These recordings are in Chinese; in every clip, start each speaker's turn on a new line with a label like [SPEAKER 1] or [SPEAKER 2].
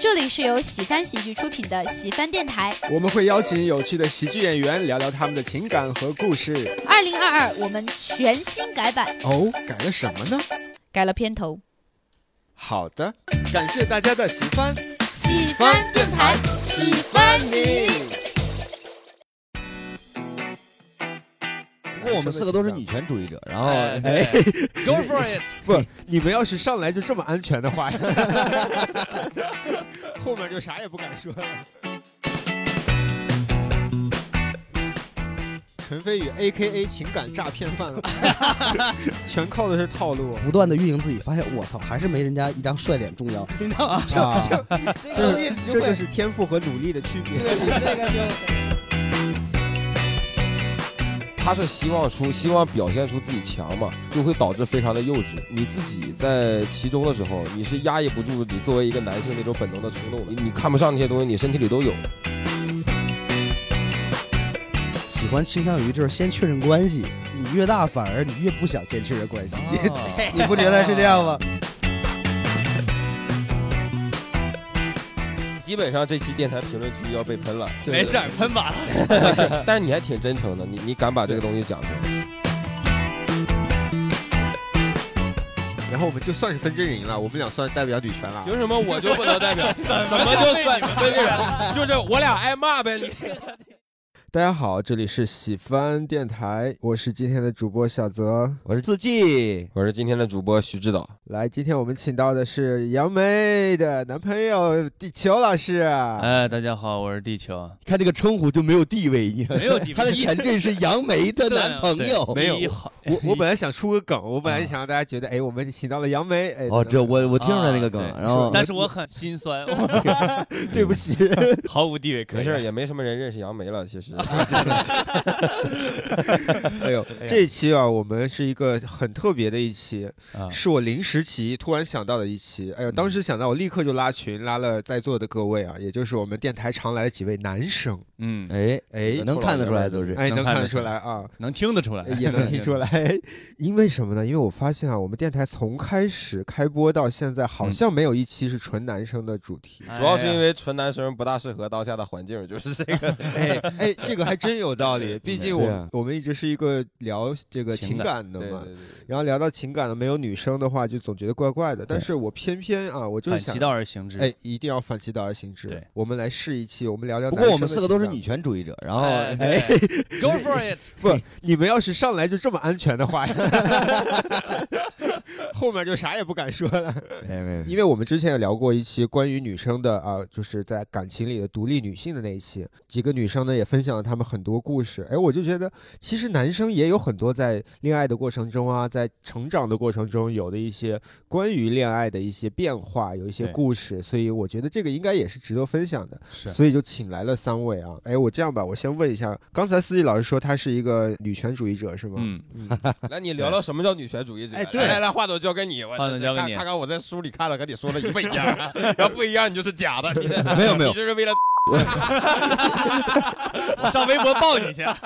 [SPEAKER 1] 这里是由喜翻喜剧出品的喜翻电台。
[SPEAKER 2] 我们会邀请有趣的喜剧演员聊聊他们的情感和故事。
[SPEAKER 1] 二零二二，我们全新改版，
[SPEAKER 2] 哦，改了什么呢？
[SPEAKER 1] 改了片头。
[SPEAKER 2] 好的，感谢大家的喜欢，
[SPEAKER 1] 喜翻电台，喜欢你。
[SPEAKER 3] 不过我们四个都是女权主义者，然后
[SPEAKER 2] 哎
[SPEAKER 3] 哎，
[SPEAKER 4] Go for it！
[SPEAKER 2] 不，你们要是上来就这么安全的话， 后面就啥也不敢 说了。陈飞宇 A.K.A 情感诈骗犯， 全靠的是套路。
[SPEAKER 5] 不断的运营自己，发现我操，还是没人家一张帅脸重要。你知道吗？
[SPEAKER 2] 啊
[SPEAKER 5] 就
[SPEAKER 2] 这
[SPEAKER 5] 个东西你就
[SPEAKER 2] 这
[SPEAKER 5] 会
[SPEAKER 2] 就是天赋和努力的区别。
[SPEAKER 5] 对你这个就
[SPEAKER 3] 他是希望出，希望表现出自己强嘛，就会导致非常的幼稚。你自己在其中的时候，你是压抑不住你作为一个男性那种本能的冲动的，你你看不上那些东西，你身体里都有。
[SPEAKER 4] 啊
[SPEAKER 5] 喜欢倾向于就是先确认关系，你越大反而你越不想先确认关系，你不觉得是这样吗？
[SPEAKER 3] 基本上这期电台评论区要被喷了，
[SPEAKER 4] 没事儿，喷吧。
[SPEAKER 3] 但是你还挺真诚的，你你敢把这个东西讲出来。
[SPEAKER 2] 然后我们就算是分真人了，我们俩算代表女权了。
[SPEAKER 3] 凭什么我就不能代表？怎 么就算对对对，就是我俩挨骂呗？ 你
[SPEAKER 2] 大家好，这里是喜番电台，我是今天的主播小泽。
[SPEAKER 3] 我是自己，我是今天的主播徐指导。
[SPEAKER 2] 来，今天我们请到的是杨梅的男朋友地球老师。
[SPEAKER 4] 哎，大家好，我是地球，
[SPEAKER 6] 看这个称呼就没有地位，你
[SPEAKER 4] 没有地
[SPEAKER 6] 他的前缀是杨梅的男朋友。
[SPEAKER 2] 没有
[SPEAKER 4] 第一好
[SPEAKER 2] 我我本来想出个梗，我本来想让大家觉得，哎，我们请到了杨梅，哎，
[SPEAKER 6] 哦，这我我听出来那个梗
[SPEAKER 4] 啊，对
[SPEAKER 6] 然后
[SPEAKER 4] 但是我很心酸，
[SPEAKER 2] 对不起，
[SPEAKER 4] 毫无地位可啊
[SPEAKER 3] 没事
[SPEAKER 4] 言。
[SPEAKER 3] 儿，也没什么人认识杨梅了，其 实。
[SPEAKER 2] 哎呦，这一期啊，我们是一个很特别的一期，
[SPEAKER 4] 啊，
[SPEAKER 2] 是我临时起意突然想到的一期。哎呦，当时想到我立刻就拉群，拉了在座的各位啊，也就是我们电台常来的几位男生，
[SPEAKER 4] 嗯，
[SPEAKER 6] 哎
[SPEAKER 2] 哎
[SPEAKER 6] 能看得出来都是
[SPEAKER 2] 哎，能
[SPEAKER 4] 能
[SPEAKER 2] 看得
[SPEAKER 4] 看得
[SPEAKER 2] 出
[SPEAKER 4] 出
[SPEAKER 2] 来
[SPEAKER 4] 来
[SPEAKER 2] 啊。
[SPEAKER 4] 能听得出来，
[SPEAKER 2] 也能听出。来，因为什么呢？因为我发现啊，我们电台从开始开播到现在，好像没有一期是纯男生的主 题。
[SPEAKER 3] 主要是
[SPEAKER 4] 哎
[SPEAKER 3] 因为纯男生不大适合当下的环境，就是这个。
[SPEAKER 2] 哎哎，这个还真有道理。毕竟我
[SPEAKER 6] 对
[SPEAKER 2] 们、
[SPEAKER 6] 啊
[SPEAKER 2] 我们一直是一个聊这个情
[SPEAKER 4] 情
[SPEAKER 2] 感的
[SPEAKER 3] 对
[SPEAKER 2] 嘛，
[SPEAKER 3] 对对，
[SPEAKER 2] 然后聊到情感的没有女生的话，就总觉得怪怪的。但
[SPEAKER 6] 对
[SPEAKER 2] 是我偏偏啊，我就
[SPEAKER 4] 反
[SPEAKER 2] 想
[SPEAKER 4] 其。道而行之。
[SPEAKER 2] 哎，一定要反其道而行之
[SPEAKER 4] 对。
[SPEAKER 2] 我们来试一期，我们聊聊。
[SPEAKER 6] 不过我们四个都是女，权主义者，然后哎，
[SPEAKER 4] 哎对，Go for it！
[SPEAKER 2] 不，你们要是上来就这么安全的话， 后面就啥也不敢说了。
[SPEAKER 6] 没没
[SPEAKER 2] 因为我们之前也聊过一期关于女生的啊，就是在感情里的独立女性的那一期，几个女生呢也分享了她们很多故事。哎，我就觉得其实男生也有很多在恋爱的过程中啊，在成长的过程中有的一些关于恋爱的一些变化，有一些
[SPEAKER 4] 对
[SPEAKER 2] 故事，所以我觉得这个应该也是值得分享的。
[SPEAKER 4] 是
[SPEAKER 2] 所以就请来了三位啊。哎，我这样吧，我先问一下，刚才司机老师说他是一个女权主义者是吗？
[SPEAKER 4] 嗯，
[SPEAKER 3] 来你聊聊什么叫女权主义者。
[SPEAKER 4] 哎对
[SPEAKER 3] 来来来，话筒交给你，我
[SPEAKER 4] 话筒交给你
[SPEAKER 3] 看看看我在书里看了，和你说的一不一样啊，然后不一样你就是假的，你
[SPEAKER 6] 没有没有
[SPEAKER 3] 你，这是为了
[SPEAKER 4] 我上微博爆你去。啊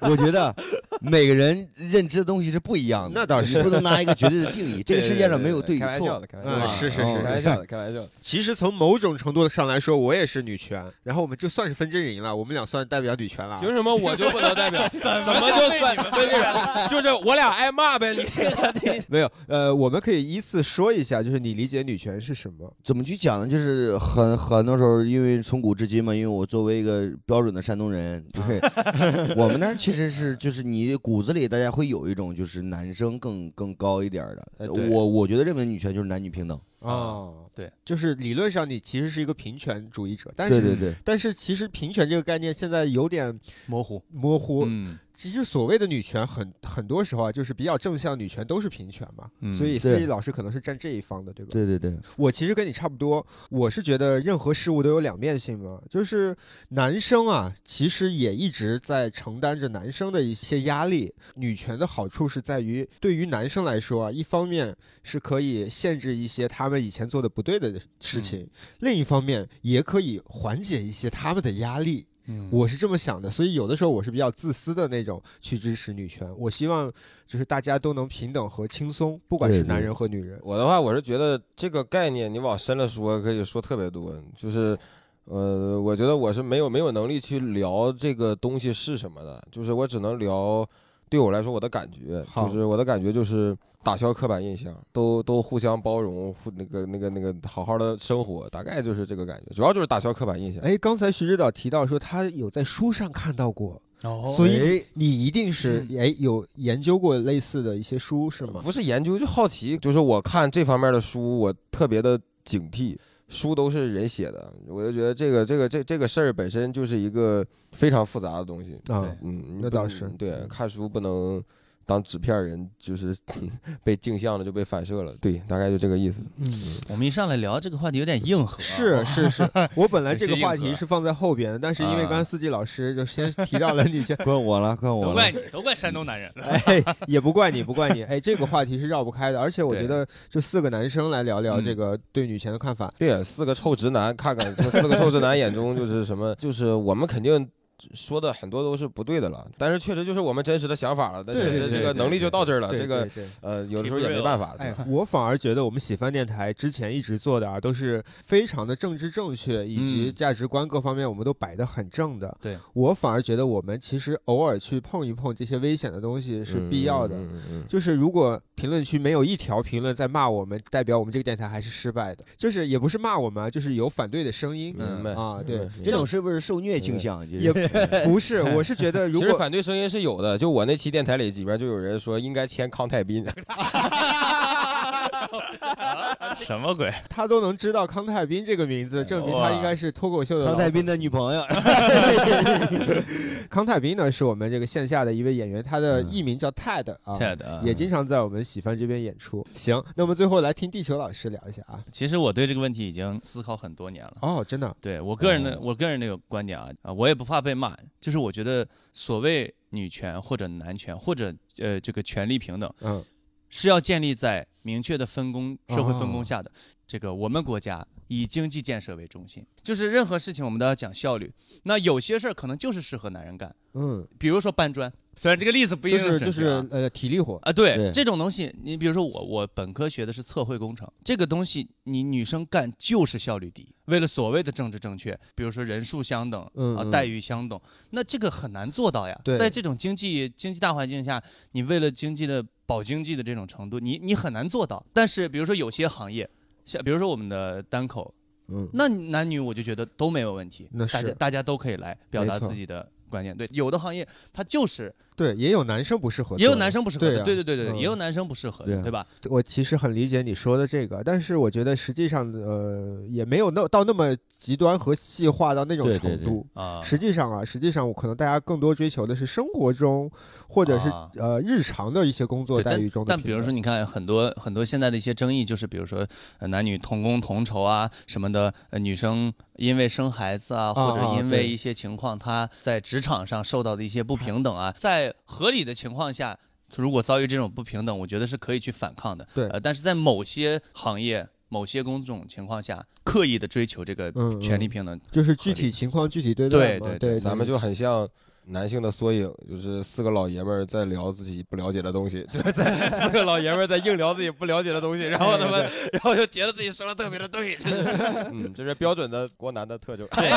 [SPEAKER 6] 我觉得每个人认知的东西是不一样的，
[SPEAKER 2] 那倒是
[SPEAKER 6] 你不能拿一个绝对的定义，这个世界上没有
[SPEAKER 3] 对对对开
[SPEAKER 6] 对与
[SPEAKER 3] 玩笑
[SPEAKER 6] 错
[SPEAKER 3] 的，。开玩
[SPEAKER 2] 嗯
[SPEAKER 3] 笑的，
[SPEAKER 2] 是是
[SPEAKER 3] 开
[SPEAKER 2] 是
[SPEAKER 6] 哦
[SPEAKER 3] 玩笑的，开玩笑的。
[SPEAKER 2] 其实从某种程度上来说，我也是女权，然后我们就算是分阵营了，我们俩算代表女权了。
[SPEAKER 3] 凭什么我就不能代表？怎么就算对对，就是我俩挨骂呗？你这个你
[SPEAKER 2] 没有，呃，我们可以依次说一下，就是你理解女权是什么？
[SPEAKER 6] 怎么去讲呢？就是很很多时候，因为从古至今嘛，因为我作为一个标准的山东人， 对，我们那儿其实是就是你骨子里大家会有一种就是男生更更高一点儿
[SPEAKER 2] 哎
[SPEAKER 6] 的，呃
[SPEAKER 2] 对
[SPEAKER 6] 我我觉得认为女权就是男女平等，
[SPEAKER 2] 啊、
[SPEAKER 4] 对，
[SPEAKER 2] 就是理论上你其实是一个平权主义者，但是
[SPEAKER 6] 对对对，
[SPEAKER 2] 但是其实平权这个概念现在有点
[SPEAKER 4] 模糊。
[SPEAKER 2] 模糊。
[SPEAKER 4] 嗯，
[SPEAKER 2] 其实所谓的女权很很多时候啊，就是比较正向女权都是平权嘛，
[SPEAKER 4] 嗯
[SPEAKER 2] 所以
[SPEAKER 6] 对
[SPEAKER 2] 司仪老师可能是站这一方的，对吧？
[SPEAKER 6] 对对对，
[SPEAKER 2] 我其实跟你差不多，我是觉得任何事物都有两面性嘛，就是男生啊，其实也一直在承担着男生的一些压力。女权的好处是在于，对于男生来说啊，一方面是可以限制一些他们以
[SPEAKER 6] 嗯
[SPEAKER 2] 前做的不对的事情，另一方面也可以缓解一些他们的压力。
[SPEAKER 4] 嗯
[SPEAKER 2] 我是这么想的，所以有的时候我是比较自私的那种去支持女权。我希望就是大家都能平等和轻松，不管
[SPEAKER 6] 对
[SPEAKER 2] 是
[SPEAKER 6] 对
[SPEAKER 2] 男人和女人。
[SPEAKER 3] 我的话，我是觉得这个概念你往深了说，可以说特别多。就是，呃，我觉得我是没有没有能力去聊这个东西是什么的，就是我只能聊对我来说我的感觉，
[SPEAKER 2] 好
[SPEAKER 3] 就是我的感觉就是打消刻板印象，都都互相包容，互那个那个那个好好的生活，大概就是这个感觉，主要就是打消刻板印象。
[SPEAKER 2] 哎，刚才徐指导提到说他有在书上看到过，
[SPEAKER 4] 哦嗯
[SPEAKER 2] 所以你一定是哎有研究过类似的一些书是吗？
[SPEAKER 3] 不是研究，就好奇，就是我看这方面的书，我特别的警惕。书都是人写的，我就觉得这个这个这这个事儿本身就是一个非常复杂的东西。
[SPEAKER 2] 啊，
[SPEAKER 3] 嗯，你
[SPEAKER 2] 那
[SPEAKER 3] 不
[SPEAKER 2] 倒
[SPEAKER 3] 能
[SPEAKER 2] 是
[SPEAKER 3] 对
[SPEAKER 2] 嗯，
[SPEAKER 3] 看书不能当纸片人，就是 被镜像了就被反射了。对，大概就这个意思。
[SPEAKER 2] 嗯，
[SPEAKER 1] 我们一上来聊这个话题有点硬核啊，
[SPEAKER 2] 是是是，我本来这个话
[SPEAKER 4] 也是
[SPEAKER 2] 题
[SPEAKER 4] 硬核啊
[SPEAKER 2] 是放在后边的，但是因为刚才司机老师就先 提到了女权，
[SPEAKER 6] 怪我了，怪
[SPEAKER 4] 都
[SPEAKER 6] 我了
[SPEAKER 4] 怪。你，都怪山东男人。
[SPEAKER 2] 哎，也不怪你，不怪你，哎，这个话题是绕不开的，而且我
[SPEAKER 4] 对嗯
[SPEAKER 2] 觉得就四个男生来聊聊这个对女权的看法，
[SPEAKER 3] 对，啊四个臭直男，看 看这四个臭直男眼中就是什么，就是我们肯定。说的很多都是不对的了，但是确实就是我们真实的想法了。但
[SPEAKER 2] 对
[SPEAKER 3] 确
[SPEAKER 2] 对
[SPEAKER 3] 实这
[SPEAKER 2] 对
[SPEAKER 3] 个
[SPEAKER 2] 对
[SPEAKER 3] 能力就到这儿了，
[SPEAKER 2] 对
[SPEAKER 3] 这个
[SPEAKER 2] 对对
[SPEAKER 3] 呃有的时候也没办法。对
[SPEAKER 2] 哎
[SPEAKER 3] 吧，
[SPEAKER 2] 我反而觉得我们喜番电台之前一直做的啊，都是非常的政治正确，以及
[SPEAKER 4] 嗯
[SPEAKER 2] 价值观各方面我们都摆得很正的。
[SPEAKER 4] 对
[SPEAKER 2] 我反而觉得我们其实偶尔去碰一碰这些危险的东西是必要的。
[SPEAKER 3] 嗯嗯嗯嗯
[SPEAKER 2] 就是如果评论区没有一条评论在骂我们，代表我们这个电台还是失败的。就是也不是骂我们啊，就是有反对的声音。
[SPEAKER 3] 嗯明白
[SPEAKER 2] 啊
[SPEAKER 3] 明
[SPEAKER 2] 对
[SPEAKER 3] 白
[SPEAKER 6] 这种是不是受虐倾向？就是
[SPEAKER 2] 也不是，我是觉得如
[SPEAKER 3] 其实
[SPEAKER 2] 果
[SPEAKER 3] 反对声音是有的，就我那期电台里里边就有人说应该签康泰斌，
[SPEAKER 4] 什么鬼？
[SPEAKER 2] 他都能知道康泰斌这个名字，证明他应该是脱口秀的
[SPEAKER 6] 康
[SPEAKER 2] 老
[SPEAKER 6] 泰斌的女朋友，
[SPEAKER 2] 康泰斌呢是我们这个线下的一位演员，他的
[SPEAKER 3] 嗯
[SPEAKER 2] 艺名叫 Ted 啊。
[SPEAKER 4] 亲爱的啊，
[SPEAKER 2] 也经常在我们喜番这边演出。行，那我们最后来听地球老师聊一下啊。
[SPEAKER 4] 其实我对这个问题已经思考很多年了。
[SPEAKER 2] 哦，真的，
[SPEAKER 4] 对我个人的啊
[SPEAKER 3] 哦
[SPEAKER 4] 我个人的有观点啊啊，我也不怕被骂，就是我觉得所谓女权或者男权或者呃这个权利平等
[SPEAKER 2] 嗯，
[SPEAKER 4] 是要建立在明确的分工社会分
[SPEAKER 2] 哦
[SPEAKER 4] 工下的。这个我们国家以经济建设为中心，就是任何事情我们都要讲效率。那有些事儿可能就是适合男人干，
[SPEAKER 2] 嗯，
[SPEAKER 4] 比如说搬砖，虽然这个例子不一
[SPEAKER 2] 就
[SPEAKER 4] 定
[SPEAKER 2] 是就
[SPEAKER 4] 准确啊
[SPEAKER 2] 是呃体力活，
[SPEAKER 4] 啊，对
[SPEAKER 6] 对
[SPEAKER 4] 这种东西，你比如说我，我本科学的是测绘工程，这个东西你女生干就是效率低。为了所谓的政治正确，比如说人数相等
[SPEAKER 2] 嗯
[SPEAKER 4] 啊，
[SPEAKER 2] 嗯
[SPEAKER 4] 待遇相等，那这个很难做到呀
[SPEAKER 2] 对。
[SPEAKER 4] 在这种经济经济大环境下，你为了经济的保经济的这种程度，你你很难做到。但是比如说有些行业，像比如说我们的单口，
[SPEAKER 2] 嗯，
[SPEAKER 4] 那男女我就觉得都没有问题，
[SPEAKER 2] 那
[SPEAKER 4] 大
[SPEAKER 2] 是
[SPEAKER 4] 家大家都可以来表达
[SPEAKER 2] 没错
[SPEAKER 4] 自己的观点。对，有的行业它就是
[SPEAKER 2] 对，也有男生不适合，
[SPEAKER 4] 也有男。生不适合
[SPEAKER 2] 对
[SPEAKER 4] 的，
[SPEAKER 2] 啊
[SPEAKER 4] 对对对对，
[SPEAKER 2] 嗯
[SPEAKER 4] 也有男生不适合
[SPEAKER 6] 对
[SPEAKER 4] 的，
[SPEAKER 6] 啊
[SPEAKER 4] 对吧？
[SPEAKER 2] 我其实很理解你说的这个，但是我觉得实际上呃也没有那到那么极端和细化到那种
[SPEAKER 6] 对
[SPEAKER 2] 程
[SPEAKER 6] 对
[SPEAKER 2] 度。
[SPEAKER 6] 对
[SPEAKER 4] 啊
[SPEAKER 2] 实际上啊，实际上我可能大家更多追求的是生活中，或者是、
[SPEAKER 4] 啊
[SPEAKER 2] 呃日常的一些工作
[SPEAKER 4] 对
[SPEAKER 2] 待
[SPEAKER 4] 但
[SPEAKER 2] 遇中的
[SPEAKER 4] 但
[SPEAKER 2] 平
[SPEAKER 4] 比如
[SPEAKER 2] 等
[SPEAKER 4] 说，你看很多很多现在的一些争议，就是比如说呃男女同工同酬啊什么的，呃女生因为生孩子啊，或
[SPEAKER 2] 啊
[SPEAKER 4] 者因
[SPEAKER 2] 对
[SPEAKER 4] 为一些情况，她在职场上受到的一些不平等啊，在合理的情况下。如果遭遇这种不平等，我觉得是可以去反抗的。
[SPEAKER 2] 对
[SPEAKER 4] 呃，但是在某些行业、某些工种情况下，刻意的追求这个
[SPEAKER 2] 嗯
[SPEAKER 4] 权利
[SPEAKER 2] 嗯
[SPEAKER 4] 平等，
[SPEAKER 2] 就是
[SPEAKER 4] 合
[SPEAKER 2] 具
[SPEAKER 4] 理
[SPEAKER 2] 体情况具体对待
[SPEAKER 4] 对
[SPEAKER 2] 嘛
[SPEAKER 4] 对
[SPEAKER 2] 对，
[SPEAKER 3] 咱们就很像男性的缩影，就是四个老爷们儿在聊自己不了解的东西， 就是在四个老爷们儿在硬聊自己不了解的东西，然后他们，然后就觉得自己说的特别的 对，就是，嗯，这是标准的国男的特征。
[SPEAKER 4] 对，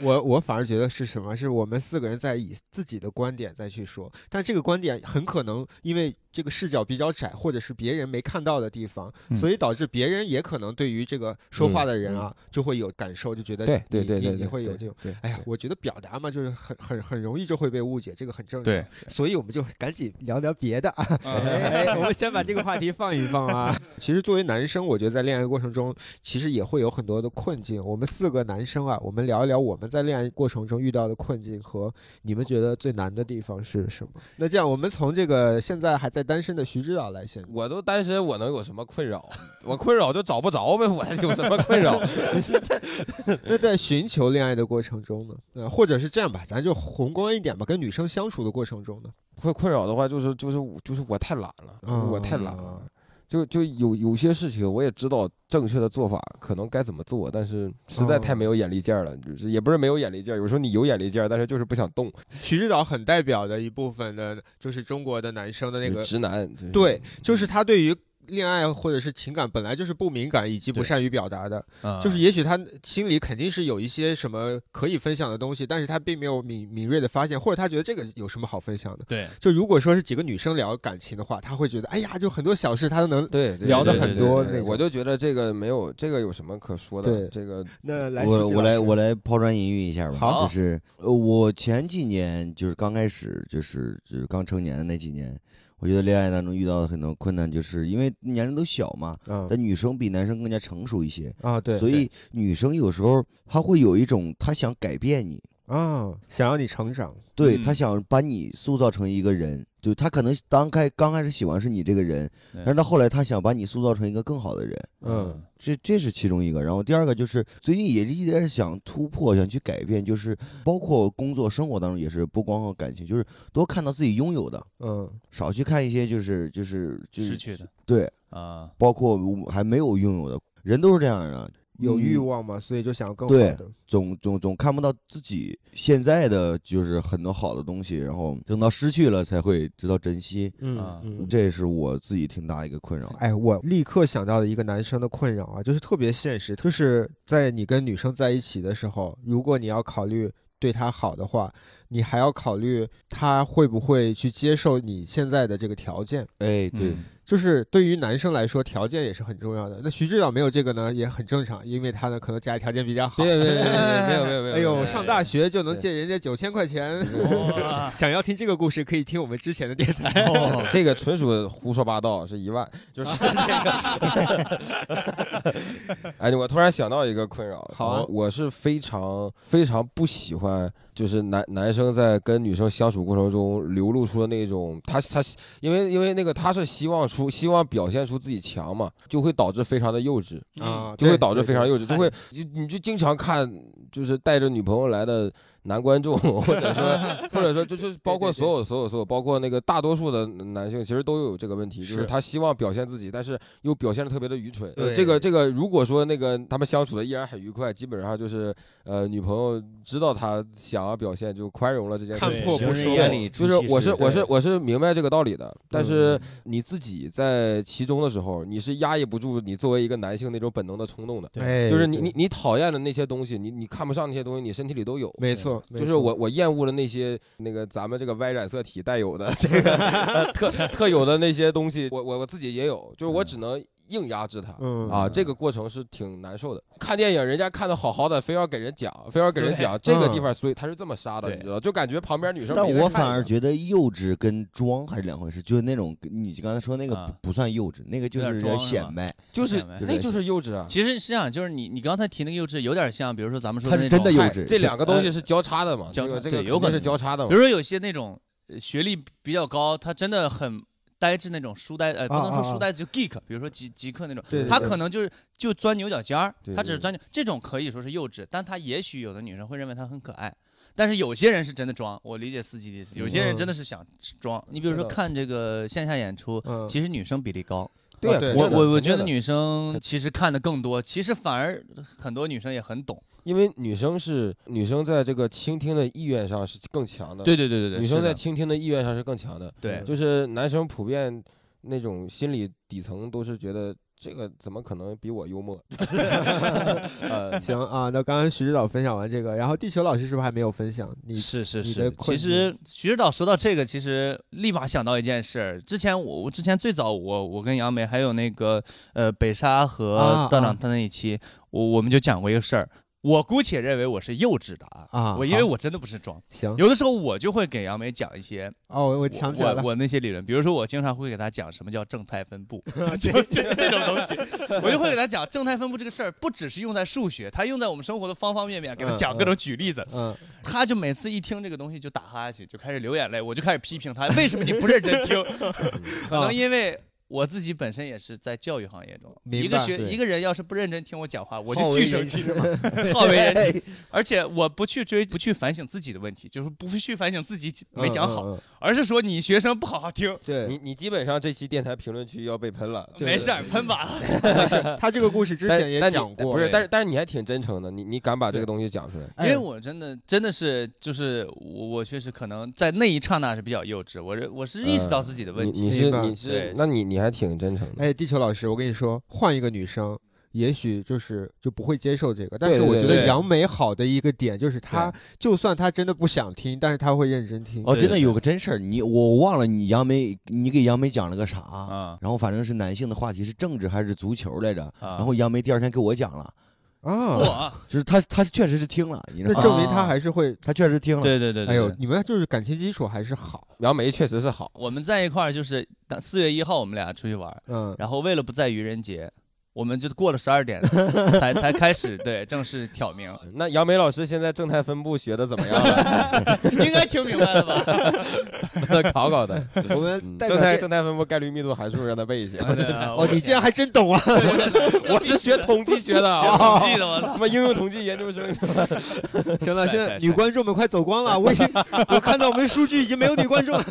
[SPEAKER 2] 我我反而觉得是什么？是我们四个人在以自己的观点再去说，但这个观点很可能因为这个视角比较窄，或者是别人没看到的地方，
[SPEAKER 4] 嗯
[SPEAKER 2] 所以导致别人也可能对于这个说话的人啊，就会有感受，就觉得
[SPEAKER 3] 对
[SPEAKER 2] 你
[SPEAKER 3] 对对对
[SPEAKER 2] 你你
[SPEAKER 3] 对
[SPEAKER 2] 会有
[SPEAKER 3] 对
[SPEAKER 2] 这种。
[SPEAKER 3] 对，
[SPEAKER 2] 哎呀，我觉得表达嘛，就是很很很容易就会被误解，这个很正常。
[SPEAKER 4] 对，
[SPEAKER 2] 所以我们就赶紧聊聊别的啊。 哎，我们先把这个话题放一放啊。 其实作为男生，我觉得在恋爱过程中，其实也会有很多的困境。我们四个男生啊，我们聊一聊我们在恋爱过程中遇到的困境和你们觉得最难的地方是什么。那这样，我们从这个现在还在单身的徐指导来先。
[SPEAKER 3] 我都单身，我能有什么困扰？我困扰就找不着呗，我还有什么 困扰？
[SPEAKER 2] 那在寻求恋爱的过程中呢？呃，或者是这样吧，咱就宏观一点吧，跟女生相处的过程中呢？
[SPEAKER 3] 困困扰的话，就是就是我就是我太懒了，
[SPEAKER 2] 嗯
[SPEAKER 3] 我太懒了。就就有有些事情我也知道正确的做法可能该怎么做，但是实在太没有眼力见儿了，就是也不是没有眼力见儿，有时候你有眼力见儿，但是就是不想动。
[SPEAKER 2] 徐指导很代表的一部分的，就是中国的男生的 那
[SPEAKER 3] 就
[SPEAKER 2] 个
[SPEAKER 3] 直男，就是
[SPEAKER 2] 对，
[SPEAKER 6] 嗯
[SPEAKER 2] 就是他对于恋爱或者是情感本来就是不敏感以及不
[SPEAKER 4] 对
[SPEAKER 2] 善于表达的，
[SPEAKER 6] 啊
[SPEAKER 4] 嗯
[SPEAKER 2] 就是也许他心里肯定是有一些什么可以分享的东西，但是他并没有敏敏锐的发现，或者他觉得这个有什么好分享的。
[SPEAKER 4] 对，
[SPEAKER 2] 就如果说是几个女生聊感情的话，他会觉得哎呀，就很多小事他都能。
[SPEAKER 3] 对对
[SPEAKER 2] 聊
[SPEAKER 4] 得
[SPEAKER 3] 对
[SPEAKER 4] 很
[SPEAKER 3] 对
[SPEAKER 2] 多
[SPEAKER 3] 对
[SPEAKER 2] 那种
[SPEAKER 3] 我就觉得这个没有这个有什么可说的，
[SPEAKER 2] 对
[SPEAKER 3] 这个
[SPEAKER 2] 那
[SPEAKER 6] 我我来我来抛砖引玉一下吧，
[SPEAKER 4] 好
[SPEAKER 6] 就是呃，我前几年就是刚开始就是就是刚成年的那几年，我觉得恋爱当中遇到的很多困难，就是因为年龄都小嘛，
[SPEAKER 2] 嗯
[SPEAKER 6] 但女生比男生更加成熟一些，
[SPEAKER 2] 啊对，
[SPEAKER 6] 所以女生有时候她会有一种她想改变你，
[SPEAKER 2] 啊想让你成长，
[SPEAKER 6] 对、
[SPEAKER 4] 嗯
[SPEAKER 6] 她想把你塑造成一个人，就她可能当开刚开始喜欢是你这个人，
[SPEAKER 4] 对
[SPEAKER 6] 但是到后来她想把你塑造成一个更好的人。
[SPEAKER 2] 嗯
[SPEAKER 6] 这这是其中一个，然后第二个就是最近也一直在想突破，想去改变，就是包括工作生活当中也是，不光和感情，就是多看到自己拥有的，
[SPEAKER 2] 嗯
[SPEAKER 6] 少去看一些就是就是就
[SPEAKER 4] 失
[SPEAKER 6] 是
[SPEAKER 4] 去的
[SPEAKER 6] 对，
[SPEAKER 4] 啊，
[SPEAKER 6] 包括我还没有拥有的人都是这样的，
[SPEAKER 2] 有
[SPEAKER 6] 嗯
[SPEAKER 2] 欲望嘛，所以就想要更好
[SPEAKER 6] 对
[SPEAKER 2] 的，
[SPEAKER 6] 总总总看不到自己现在的就是很多好的东西，然后等到失去了才会知道珍惜，
[SPEAKER 4] 啊
[SPEAKER 2] 嗯嗯
[SPEAKER 6] 这是我自己挺大一个困扰。
[SPEAKER 2] 哎，我立刻想到了一个男生的困扰啊，就是特别现实，就是在你跟女生在一起的时候，如果你要考虑对她好的话，你还要考虑她会不会去接受你现在的这个条件。
[SPEAKER 6] 哎，对，
[SPEAKER 4] 嗯
[SPEAKER 2] 就是对于男生来说，条件也是很重要的。那徐指导没有这个呢，也很正常，因为他呢可能家里条件比较好。
[SPEAKER 3] 别别别别别没有没有没有，
[SPEAKER 2] 哎呦，上大学就能
[SPEAKER 3] 对
[SPEAKER 2] 借人家九千块钱。
[SPEAKER 4] 哇
[SPEAKER 2] 想要听这个故事，可以听我们之前的电台。
[SPEAKER 4] 哦
[SPEAKER 3] 这个纯属胡说八道，是一万，就是这个。 哎，我突然想到一个困扰，
[SPEAKER 2] 好啊
[SPEAKER 3] 我是非常非常不喜欢，就是男男生在跟女生相处过程中流露出的那种，他他因为因为那个他是希望出希望表现出自己强嘛，就会导致非常的幼稚，
[SPEAKER 2] 啊，
[SPEAKER 3] 就会
[SPEAKER 2] 对
[SPEAKER 3] 导致非常
[SPEAKER 2] 对
[SPEAKER 3] 幼稚，就会你你就经常看就是带着女朋友来的男观众， 或者说或者说就就是包括
[SPEAKER 2] 对对
[SPEAKER 3] 所有所有所有，包括那个大多数的男性，其实都有这个问题，就是
[SPEAKER 2] 是
[SPEAKER 3] 他希望表现自己，但是又表现的特别的愚蠢。呃
[SPEAKER 2] 对
[SPEAKER 3] 这个这个，如果说那个他们相处的依然很愉快，基本上就是呃女朋友知道他想要表现就宽容了这件事
[SPEAKER 2] 看
[SPEAKER 3] 情。
[SPEAKER 2] 破不
[SPEAKER 6] 情人
[SPEAKER 2] 说
[SPEAKER 6] 眼
[SPEAKER 2] 嘛
[SPEAKER 6] 里
[SPEAKER 3] 就是
[SPEAKER 6] 出西
[SPEAKER 3] 我
[SPEAKER 6] 施
[SPEAKER 3] 是我是
[SPEAKER 6] 对
[SPEAKER 3] 我是明白这个道理的，但
[SPEAKER 2] 嗯
[SPEAKER 3] 是你自己在其中的时候，你是压抑不住你作为一个男性那种本能的冲动的，
[SPEAKER 2] 哎，
[SPEAKER 3] 就是你
[SPEAKER 2] 对
[SPEAKER 3] 你你讨厌的那些东西，你你看不上那些东西，你身体里都有。
[SPEAKER 2] 没错，没
[SPEAKER 3] 就是
[SPEAKER 2] 错
[SPEAKER 3] 我我厌恶了那些那个咱们这个 Y 染色体带有的这个 呃特特有的那些东西，我我我自己也有，就是我只能硬压制它。
[SPEAKER 2] 嗯
[SPEAKER 3] 啊，这个过程是挺难受的。看电影，人家看的好好的，非要给人讲，非要给人讲，这
[SPEAKER 2] 嗯
[SPEAKER 3] 个地方，所以他是这么杀的，
[SPEAKER 4] 对
[SPEAKER 3] 你知道？就感觉旁边女生
[SPEAKER 6] 但
[SPEAKER 3] 没在
[SPEAKER 6] 我
[SPEAKER 3] 看
[SPEAKER 6] 反而
[SPEAKER 3] 你
[SPEAKER 6] 觉得幼稚跟装还是两回事，就是那种你刚才说那个
[SPEAKER 4] 啊
[SPEAKER 6] 不不算幼稚，那个就
[SPEAKER 4] 有点
[SPEAKER 6] 是
[SPEAKER 4] 装是
[SPEAKER 6] 显
[SPEAKER 4] 吧
[SPEAKER 6] 摆，
[SPEAKER 3] 就是
[SPEAKER 4] 显摆
[SPEAKER 3] 那就是幼稚啊。
[SPEAKER 4] 其实是这样，就是你你刚才提那个幼稚，有点像，比如说咱们说
[SPEAKER 6] 他
[SPEAKER 4] 那
[SPEAKER 6] 是
[SPEAKER 4] 种
[SPEAKER 6] 真的幼
[SPEAKER 3] 嗨
[SPEAKER 6] 稚。
[SPEAKER 3] 这两个东西
[SPEAKER 4] 呃
[SPEAKER 3] 是交叉的嘛？
[SPEAKER 4] 交
[SPEAKER 3] 这个
[SPEAKER 4] 叉
[SPEAKER 3] 这个
[SPEAKER 4] 对有
[SPEAKER 3] 肯定
[SPEAKER 4] 可
[SPEAKER 3] 是
[SPEAKER 4] 能
[SPEAKER 3] 交叉的嘛
[SPEAKER 4] 比。如说有些那种呃学历比较高，他真的很呆滞那种书呆，呃，不能
[SPEAKER 2] 啊
[SPEAKER 4] 说
[SPEAKER 2] 啊
[SPEAKER 4] 书呆子，就 geek，比如说极极客那种，
[SPEAKER 2] 对对
[SPEAKER 4] 他
[SPEAKER 2] 对
[SPEAKER 4] 可能就是就钻牛角尖儿
[SPEAKER 3] 对，
[SPEAKER 4] 他只是
[SPEAKER 3] 对
[SPEAKER 4] 钻牛，这种可以说是幼稚，但他也许有的女生会认为他很可爱。但是有些人是真的装，我理解司机的意思。有些人真的是想装。你比如说
[SPEAKER 3] 嗯
[SPEAKER 4] 看这个线下演出，
[SPEAKER 2] 嗯
[SPEAKER 4] 其实女生比例高。
[SPEAKER 3] 对
[SPEAKER 2] 啊对
[SPEAKER 4] 我
[SPEAKER 3] 肯定的
[SPEAKER 4] 我我
[SPEAKER 3] 肯定
[SPEAKER 4] 觉得
[SPEAKER 3] 的
[SPEAKER 4] 女生其实看的更多，其实反而很多女生也很懂。
[SPEAKER 3] 因为女生是女生在这个倾听的意愿上是更强的，
[SPEAKER 4] 对对对对对，
[SPEAKER 3] 女生
[SPEAKER 4] 是
[SPEAKER 3] 在
[SPEAKER 4] 的
[SPEAKER 3] 倾听的意愿上是更强的，
[SPEAKER 4] 对
[SPEAKER 3] 就是男生普遍那种心理底层都是觉得这个怎么可能比我幽默？呃，
[SPEAKER 2] 行啊，那刚刚徐指导分享完这个，然后地球老师是不是还没有分享？你
[SPEAKER 4] 是是
[SPEAKER 2] 你
[SPEAKER 4] 是
[SPEAKER 2] 的，困
[SPEAKER 4] 其实徐指导说到这个，其实立马想到一件事儿。之前我我之前最早我我跟杨梅还有那个呃北沙
[SPEAKER 2] 啊
[SPEAKER 4] 和段
[SPEAKER 2] 啊
[SPEAKER 4] 长他那一期，我我们就讲过一个事儿。我姑且认为我是幼稚的啊，
[SPEAKER 2] 啊，
[SPEAKER 4] 我因为
[SPEAKER 2] 好
[SPEAKER 4] 我真的不是装，
[SPEAKER 2] 行
[SPEAKER 4] 有的时候我就会给杨梅讲一些
[SPEAKER 2] 哦，我我
[SPEAKER 4] 我
[SPEAKER 2] 想起来了
[SPEAKER 4] 我，我那些理论，比如说我经常会给他讲什么叫正态分布， 就就这种东西， 我就会给他讲正态分布这个事儿，不只是用在数学，它用在我们生活的方方面面，给他
[SPEAKER 2] 嗯
[SPEAKER 4] 讲
[SPEAKER 2] 嗯
[SPEAKER 4] 各种举例子。
[SPEAKER 2] 嗯，
[SPEAKER 4] 他就每次一听这个东西就打哈欠，就开始流眼泪，我就开始批评他，为什么你不认真听？可能因为我自己本身也是在教育行业中，
[SPEAKER 2] 明
[SPEAKER 4] 一个
[SPEAKER 2] 白
[SPEAKER 4] 学
[SPEAKER 6] 对
[SPEAKER 4] 一个人要是不认真听我讲话，我
[SPEAKER 6] 好
[SPEAKER 4] 就
[SPEAKER 6] 为
[SPEAKER 4] 巨生
[SPEAKER 6] 人
[SPEAKER 4] 气
[SPEAKER 6] 师
[SPEAKER 4] 是吗？好为
[SPEAKER 2] 哎
[SPEAKER 4] 人
[SPEAKER 2] 嗯
[SPEAKER 4] 师，而且我不去追，不去反省自己的问题，就是不去反省自己没讲好，
[SPEAKER 2] 嗯，嗯嗯
[SPEAKER 4] 而是说你学生不好好听，
[SPEAKER 2] 对，
[SPEAKER 3] 你你基本上这期电台评论区要被喷了。
[SPEAKER 2] 对
[SPEAKER 4] 没事儿喷吧。
[SPEAKER 2] 他这个故事之
[SPEAKER 3] 但
[SPEAKER 2] 前也
[SPEAKER 3] 但你
[SPEAKER 2] 讲过，
[SPEAKER 4] 哎
[SPEAKER 3] 不是？
[SPEAKER 2] 对
[SPEAKER 3] 但是但是你还挺真诚的，你你敢把这个东西讲出来？
[SPEAKER 4] 因为我真的真的是就是我我确实可能在那一刹那是比较幼稚，我是我是意识到自己的问
[SPEAKER 3] 你
[SPEAKER 4] 题，
[SPEAKER 3] 你
[SPEAKER 2] 明
[SPEAKER 3] 是
[SPEAKER 2] 白
[SPEAKER 3] 你是
[SPEAKER 4] 对，
[SPEAKER 3] 那你你还挺真诚的。
[SPEAKER 2] 哎，地球老师，我跟你说，换一个女生，也许就是就不会接受这个。但
[SPEAKER 3] 对
[SPEAKER 2] 是我
[SPEAKER 3] 对
[SPEAKER 2] 觉得
[SPEAKER 4] 对
[SPEAKER 2] 杨梅好的一个点就是她，就算她真的不想听，但是她会认真听。
[SPEAKER 6] 哦，真
[SPEAKER 4] 对
[SPEAKER 6] 的
[SPEAKER 4] 对
[SPEAKER 6] 有个真事儿，你我忘了你杨梅，你给杨梅讲了个啥？
[SPEAKER 4] 啊
[SPEAKER 6] 然后反正是男性的话题是政治还是足球来着？
[SPEAKER 4] 啊
[SPEAKER 6] 然后杨梅第二天给我讲了，
[SPEAKER 2] 啊，
[SPEAKER 4] 我
[SPEAKER 6] 就是她她确实是听了，你知
[SPEAKER 2] 那
[SPEAKER 6] 道吗？
[SPEAKER 4] 啊
[SPEAKER 2] 证明她还是会。
[SPEAKER 6] 她确实听了。
[SPEAKER 4] 对对对
[SPEAKER 2] 哎
[SPEAKER 4] 对，
[SPEAKER 2] 呦
[SPEAKER 4] 对，
[SPEAKER 2] 你们就是感情基础还是好。
[SPEAKER 3] 杨梅确实是好，
[SPEAKER 4] 我们在一块儿就是当四月一号我们俩出去玩儿，
[SPEAKER 2] 嗯，
[SPEAKER 4] 然后为了不在愚人节，我们就过了十二点才才开始对正式挑明，
[SPEAKER 3] 那杨梅老师现在正态分布学的怎么样 了？
[SPEAKER 4] 应该听明白了吧？
[SPEAKER 3] 考考他。
[SPEAKER 2] 我们
[SPEAKER 3] 嗯
[SPEAKER 2] 代
[SPEAKER 3] 正
[SPEAKER 2] 表
[SPEAKER 3] 态
[SPEAKER 2] 这
[SPEAKER 3] 正态分布概率密度函数让他背一
[SPEAKER 4] 啊
[SPEAKER 3] 下。
[SPEAKER 2] 哦，你竟然还真懂啊！
[SPEAKER 3] 我是学统计学 的啊，
[SPEAKER 4] 统计的我操！
[SPEAKER 3] 他妈应用统计研究生。
[SPEAKER 2] 行了，
[SPEAKER 4] 帅
[SPEAKER 2] 现在
[SPEAKER 4] 帅
[SPEAKER 2] 女
[SPEAKER 4] 帅
[SPEAKER 2] 观众们快走光了，我已 经我看到我们数据已经没有女观众了。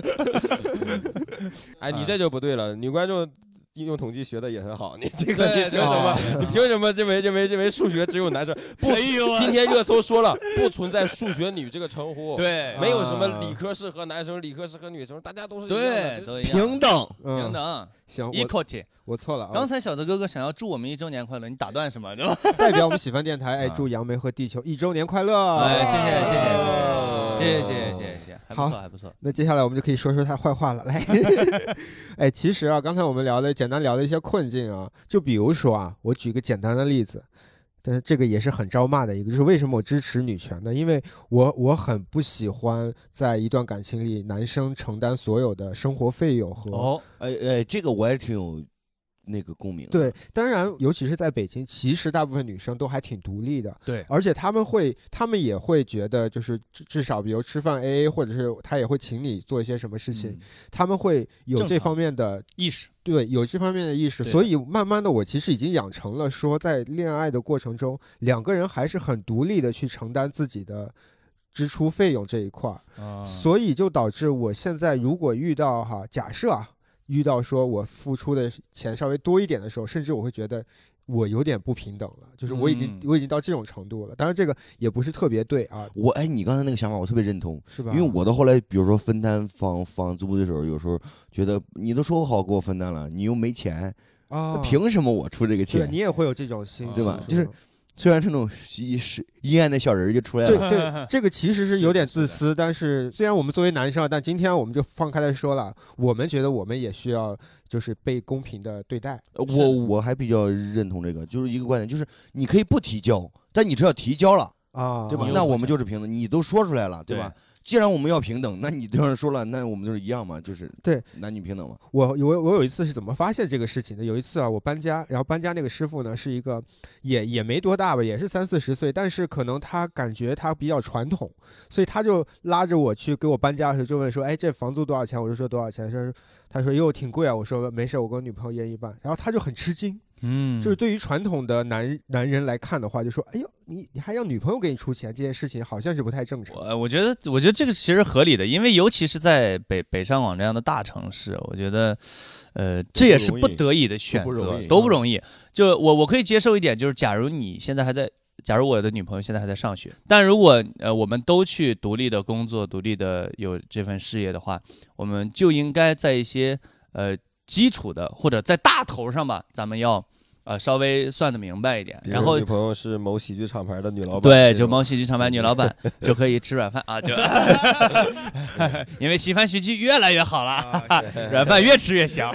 [SPEAKER 3] 哎，
[SPEAKER 4] 啊
[SPEAKER 3] 你这就不对了，女观众。应用统计学的也很好，你这个
[SPEAKER 4] 对
[SPEAKER 3] 你凭什么？你凭什么认为认为认为数学只有 男生？不
[SPEAKER 4] 哎呦我
[SPEAKER 3] 今天热搜说了，不存在数学女这个称呼，
[SPEAKER 4] 对啊
[SPEAKER 3] 没有什么理科适合男生，理科适合女生，大家都是一样的
[SPEAKER 4] 对，
[SPEAKER 3] 就是
[SPEAKER 4] 都一样。
[SPEAKER 6] 平等，
[SPEAKER 4] 平
[SPEAKER 2] 嗯，
[SPEAKER 4] 等
[SPEAKER 2] 行，我
[SPEAKER 4] ，equality。
[SPEAKER 2] 我错了啊。
[SPEAKER 4] 刚才小泽哥哥想要祝我们一周年快乐，你打断什么？对吧？
[SPEAKER 2] 代表我们喜欢电台， 哎，祝杨梅和地球一周年快乐！
[SPEAKER 4] 啊哎，
[SPEAKER 2] 哦
[SPEAKER 4] 谢谢谢谢谢谢谢谢谢谢，还不错还不错。
[SPEAKER 2] 那接下来我们就可以说说他坏话了， 来，哎，其实啊，刚才我们聊的简单聊了一些困境啊，就比如说啊，我举个简单的例子，但是这个也是很招骂的一个，就是为什么我支持女权呢？因为我我很不喜欢在一段感情里男生承担所有的生活费用和、
[SPEAKER 4] 哦，
[SPEAKER 6] 哎哎，这个我也挺有那个共鸣的。
[SPEAKER 2] 对，当然，尤其是在北京，其实大部分女生都还挺独立的，
[SPEAKER 4] 对
[SPEAKER 2] 而且她们会，她们也会觉得，就是至至少比如吃饭 AA，或者是她也会请你做一些什么事情，
[SPEAKER 4] 嗯
[SPEAKER 2] 她们会有
[SPEAKER 4] 正
[SPEAKER 2] 这
[SPEAKER 4] 常
[SPEAKER 2] 方面的
[SPEAKER 4] 意识
[SPEAKER 2] 对，有这方面的意识，
[SPEAKER 4] 对
[SPEAKER 2] 所以慢慢的，我其实已经养成了说，在恋爱的过程中，两个人还是很独立的去承担自己的支出费用这一块儿，
[SPEAKER 4] 啊
[SPEAKER 2] 所以就导致我现在如果遇到哈，假设啊，遇到说我付出的钱稍微多一点的时候，甚至我会觉得。我有点不平等了，就是我已经、
[SPEAKER 4] 嗯
[SPEAKER 2] 我已经到这种程度了，当然这个也不是特别对啊，
[SPEAKER 6] 我哎，你刚才那个想法我特别认同，
[SPEAKER 2] 是吧？
[SPEAKER 6] 因为我到后来，比如说分担房房租的时候，有时候觉得你都说好给我分担了，你又没钱，
[SPEAKER 2] 啊，
[SPEAKER 6] 凭什么我出这个
[SPEAKER 2] 对
[SPEAKER 6] 钱
[SPEAKER 2] 你？也会有这种心，
[SPEAKER 4] 对
[SPEAKER 6] 吧就是虽然这种阴是阴暗的小人儿就出来
[SPEAKER 2] 对
[SPEAKER 6] 了，
[SPEAKER 2] 对，这个其实是有点自私，但是虽然我们作为男生啊，但今天我们就放开来说了，我们觉得我们也需要就是被公平的对待。
[SPEAKER 6] 呃
[SPEAKER 4] 是
[SPEAKER 6] 我我还比较认同这个，就是一个观点，就是你可以不提交，但你只要提交了，
[SPEAKER 2] 啊，
[SPEAKER 6] 对吧
[SPEAKER 4] 你？又
[SPEAKER 6] 那
[SPEAKER 4] 不
[SPEAKER 6] 我们
[SPEAKER 4] 想
[SPEAKER 6] 就是平等，你都说出来了，对吧？既然我们要平等，那你这样说了，那我们就是一样嘛，就是
[SPEAKER 2] 对
[SPEAKER 6] 男女平等嘛。
[SPEAKER 2] 我我我有一次是怎么发现这个事情的？有一次啊，我搬家，然后搬家那个师傅呢是一个也也没多大吧，也是三四十岁，但是可能他感觉他比较传统，所以他就拉着我去给我搬家的时候就问说：“哎，这房租多少钱？”我就说多少钱，说他说哟挺贵啊，我说没事，我跟我女朋友一人一半。然后他就很吃惊，
[SPEAKER 4] 嗯
[SPEAKER 2] 就是对于传统的男男人来看的话，就说，哎呦，你你还让女朋友给你出钱，这件事情好像是不太正常。
[SPEAKER 4] 我我觉得，我觉得这个其实合理的，因为尤其是在北北上广这样的大城市，我觉得，呃，这也是不得已的选
[SPEAKER 6] 都不容
[SPEAKER 4] 择
[SPEAKER 6] 易，嗯
[SPEAKER 4] 都不容易。就我我可以接受一点，就是假如你现在还在，假如我的女朋友现在还在上学，但如果呃我们都去独立的工作、独立的有这份事业的话，我们就应该在一些呃基础的或者在大头上吧，咱们要呃稍微算的明白一点，然后
[SPEAKER 3] 女朋友是某喜剧厂牌的女老板，
[SPEAKER 4] 对，就
[SPEAKER 3] 某
[SPEAKER 4] 某喜剧厂牌女老 板就可以吃软饭啊，就， 因为西番徐记越来越好了，
[SPEAKER 6] 啊
[SPEAKER 4] 软饭越吃越香。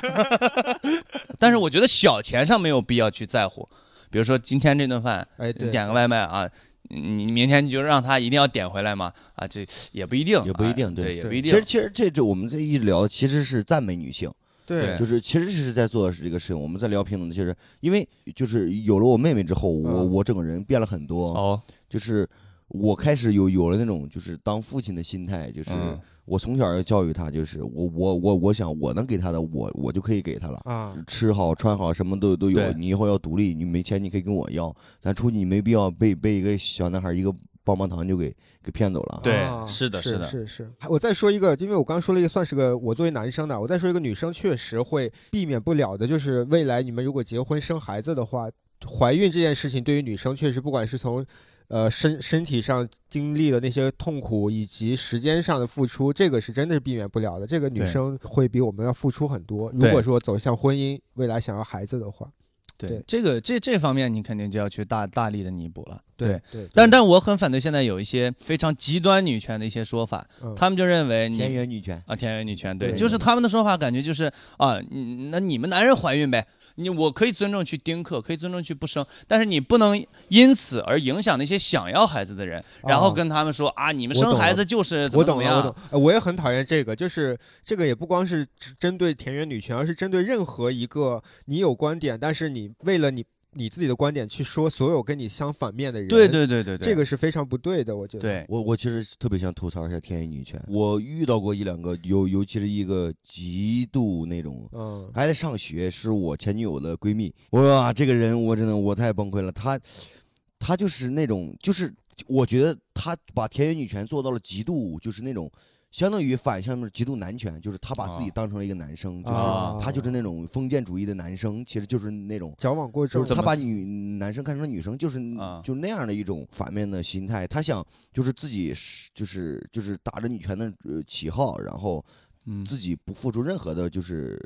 [SPEAKER 4] 但是我觉得小钱上没有必要去在乎，比如说今天这顿饭
[SPEAKER 2] 哎，
[SPEAKER 4] 你
[SPEAKER 2] 对，
[SPEAKER 4] 点个外卖啊，你明天你就让他一定要点回来吗？啊，这也不一定，
[SPEAKER 6] 也不一定
[SPEAKER 4] 啊
[SPEAKER 6] 对
[SPEAKER 4] 对，也不一
[SPEAKER 6] 其
[SPEAKER 4] 定
[SPEAKER 6] 实，。其实这这我们这一聊，其实是赞美女性，
[SPEAKER 2] 对
[SPEAKER 4] 对
[SPEAKER 6] 就是其实是在做这个事情。我们在聊平等，其实因为就是有了我妹妹之后，我
[SPEAKER 2] 嗯
[SPEAKER 6] 我整个人变了很多，
[SPEAKER 4] 哦，
[SPEAKER 6] 就是我开始有有了那种就是当父亲的心态，就是
[SPEAKER 3] 嗯
[SPEAKER 6] 我从小要教育他，就是我我我我想我能给他的，我我就可以给他了。
[SPEAKER 2] 啊，
[SPEAKER 6] 吃好穿好什么都都有
[SPEAKER 4] 对，
[SPEAKER 6] 你以后要独立，你没钱你可以跟我要，咱出去你没必要被被一个小男孩一个棒棒糖就给给骗走了啊。
[SPEAKER 4] 对
[SPEAKER 2] 啊
[SPEAKER 4] 是的
[SPEAKER 2] 是
[SPEAKER 4] 是的
[SPEAKER 2] 是是。还我再说一个，因为我刚说了一个，算是个我作为男生的，我再说一个女生确实会避免不了的，就是未来你们如果结婚生孩子的话，怀孕这件事情对于女生确实，不管是从呃身身体上经历的那些痛苦，以及时间上的付出，这个是真的是避免不了的。这个女
[SPEAKER 4] 对
[SPEAKER 2] 生会比我们要付出很多。如
[SPEAKER 4] 对
[SPEAKER 2] 果说走向婚姻，未来想要孩子的话，对
[SPEAKER 4] 对，这个这这方面你肯定就要去大大力的弥补了。
[SPEAKER 2] 对，
[SPEAKER 4] 但但我很反对现在有一些非常极端女权的一些说法，
[SPEAKER 2] 嗯
[SPEAKER 4] 他们就认为
[SPEAKER 6] 田
[SPEAKER 4] 你
[SPEAKER 6] 园女权，
[SPEAKER 4] 啊田园女权，对，
[SPEAKER 2] 对
[SPEAKER 4] 就是他们的说法，感觉就是啊，你那你们男人怀孕呗，你我可以尊重去丁克，可以尊重去不生，但是你不能因此而影响那些想要孩子的人，然后
[SPEAKER 2] 啊
[SPEAKER 4] 跟他们说啊，你们
[SPEAKER 2] 我
[SPEAKER 4] 生
[SPEAKER 2] 懂
[SPEAKER 4] 孩
[SPEAKER 2] 了
[SPEAKER 4] 子就是怎
[SPEAKER 2] 我
[SPEAKER 4] 么怎
[SPEAKER 2] 懂
[SPEAKER 4] 么
[SPEAKER 2] 了，
[SPEAKER 4] 样，啊
[SPEAKER 2] 我懂。呃我也很讨厌这个，就是这个也不光是只针对田园女权，而是针对任何一个你有观点，但是你为了你你自己的观点去说所有跟你相反面的人，
[SPEAKER 4] 对对对对对，
[SPEAKER 2] 这个是非常不对的，我觉得。
[SPEAKER 4] 对
[SPEAKER 6] 我我其实特别想吐槽一下田园女权，哎我遇到过一两个，尤尤其是一个极度那种。
[SPEAKER 2] 嗯，
[SPEAKER 6] 还在上学，是我前女友的闺蜜。哇，这个人我真的我太崩溃了。她，她就是那种，就是我觉得她把田园女权做到了极度，就是那种相当于反向的极度男权，就是她把自己当成了一个男生，
[SPEAKER 4] 啊
[SPEAKER 6] 就是她就是那种封建主义的男生，其实就是那种。
[SPEAKER 2] 矫枉过
[SPEAKER 6] 就
[SPEAKER 2] 正啊
[SPEAKER 6] 是
[SPEAKER 4] 怎
[SPEAKER 6] 他
[SPEAKER 4] 么
[SPEAKER 6] 把女男生看成了女生，就是、
[SPEAKER 4] 啊
[SPEAKER 6] 就那样的一种反面的心态。他想就是自己是就是就是打着女权的呃旗号，然后
[SPEAKER 4] 嗯
[SPEAKER 6] 自己不付出任何的，就是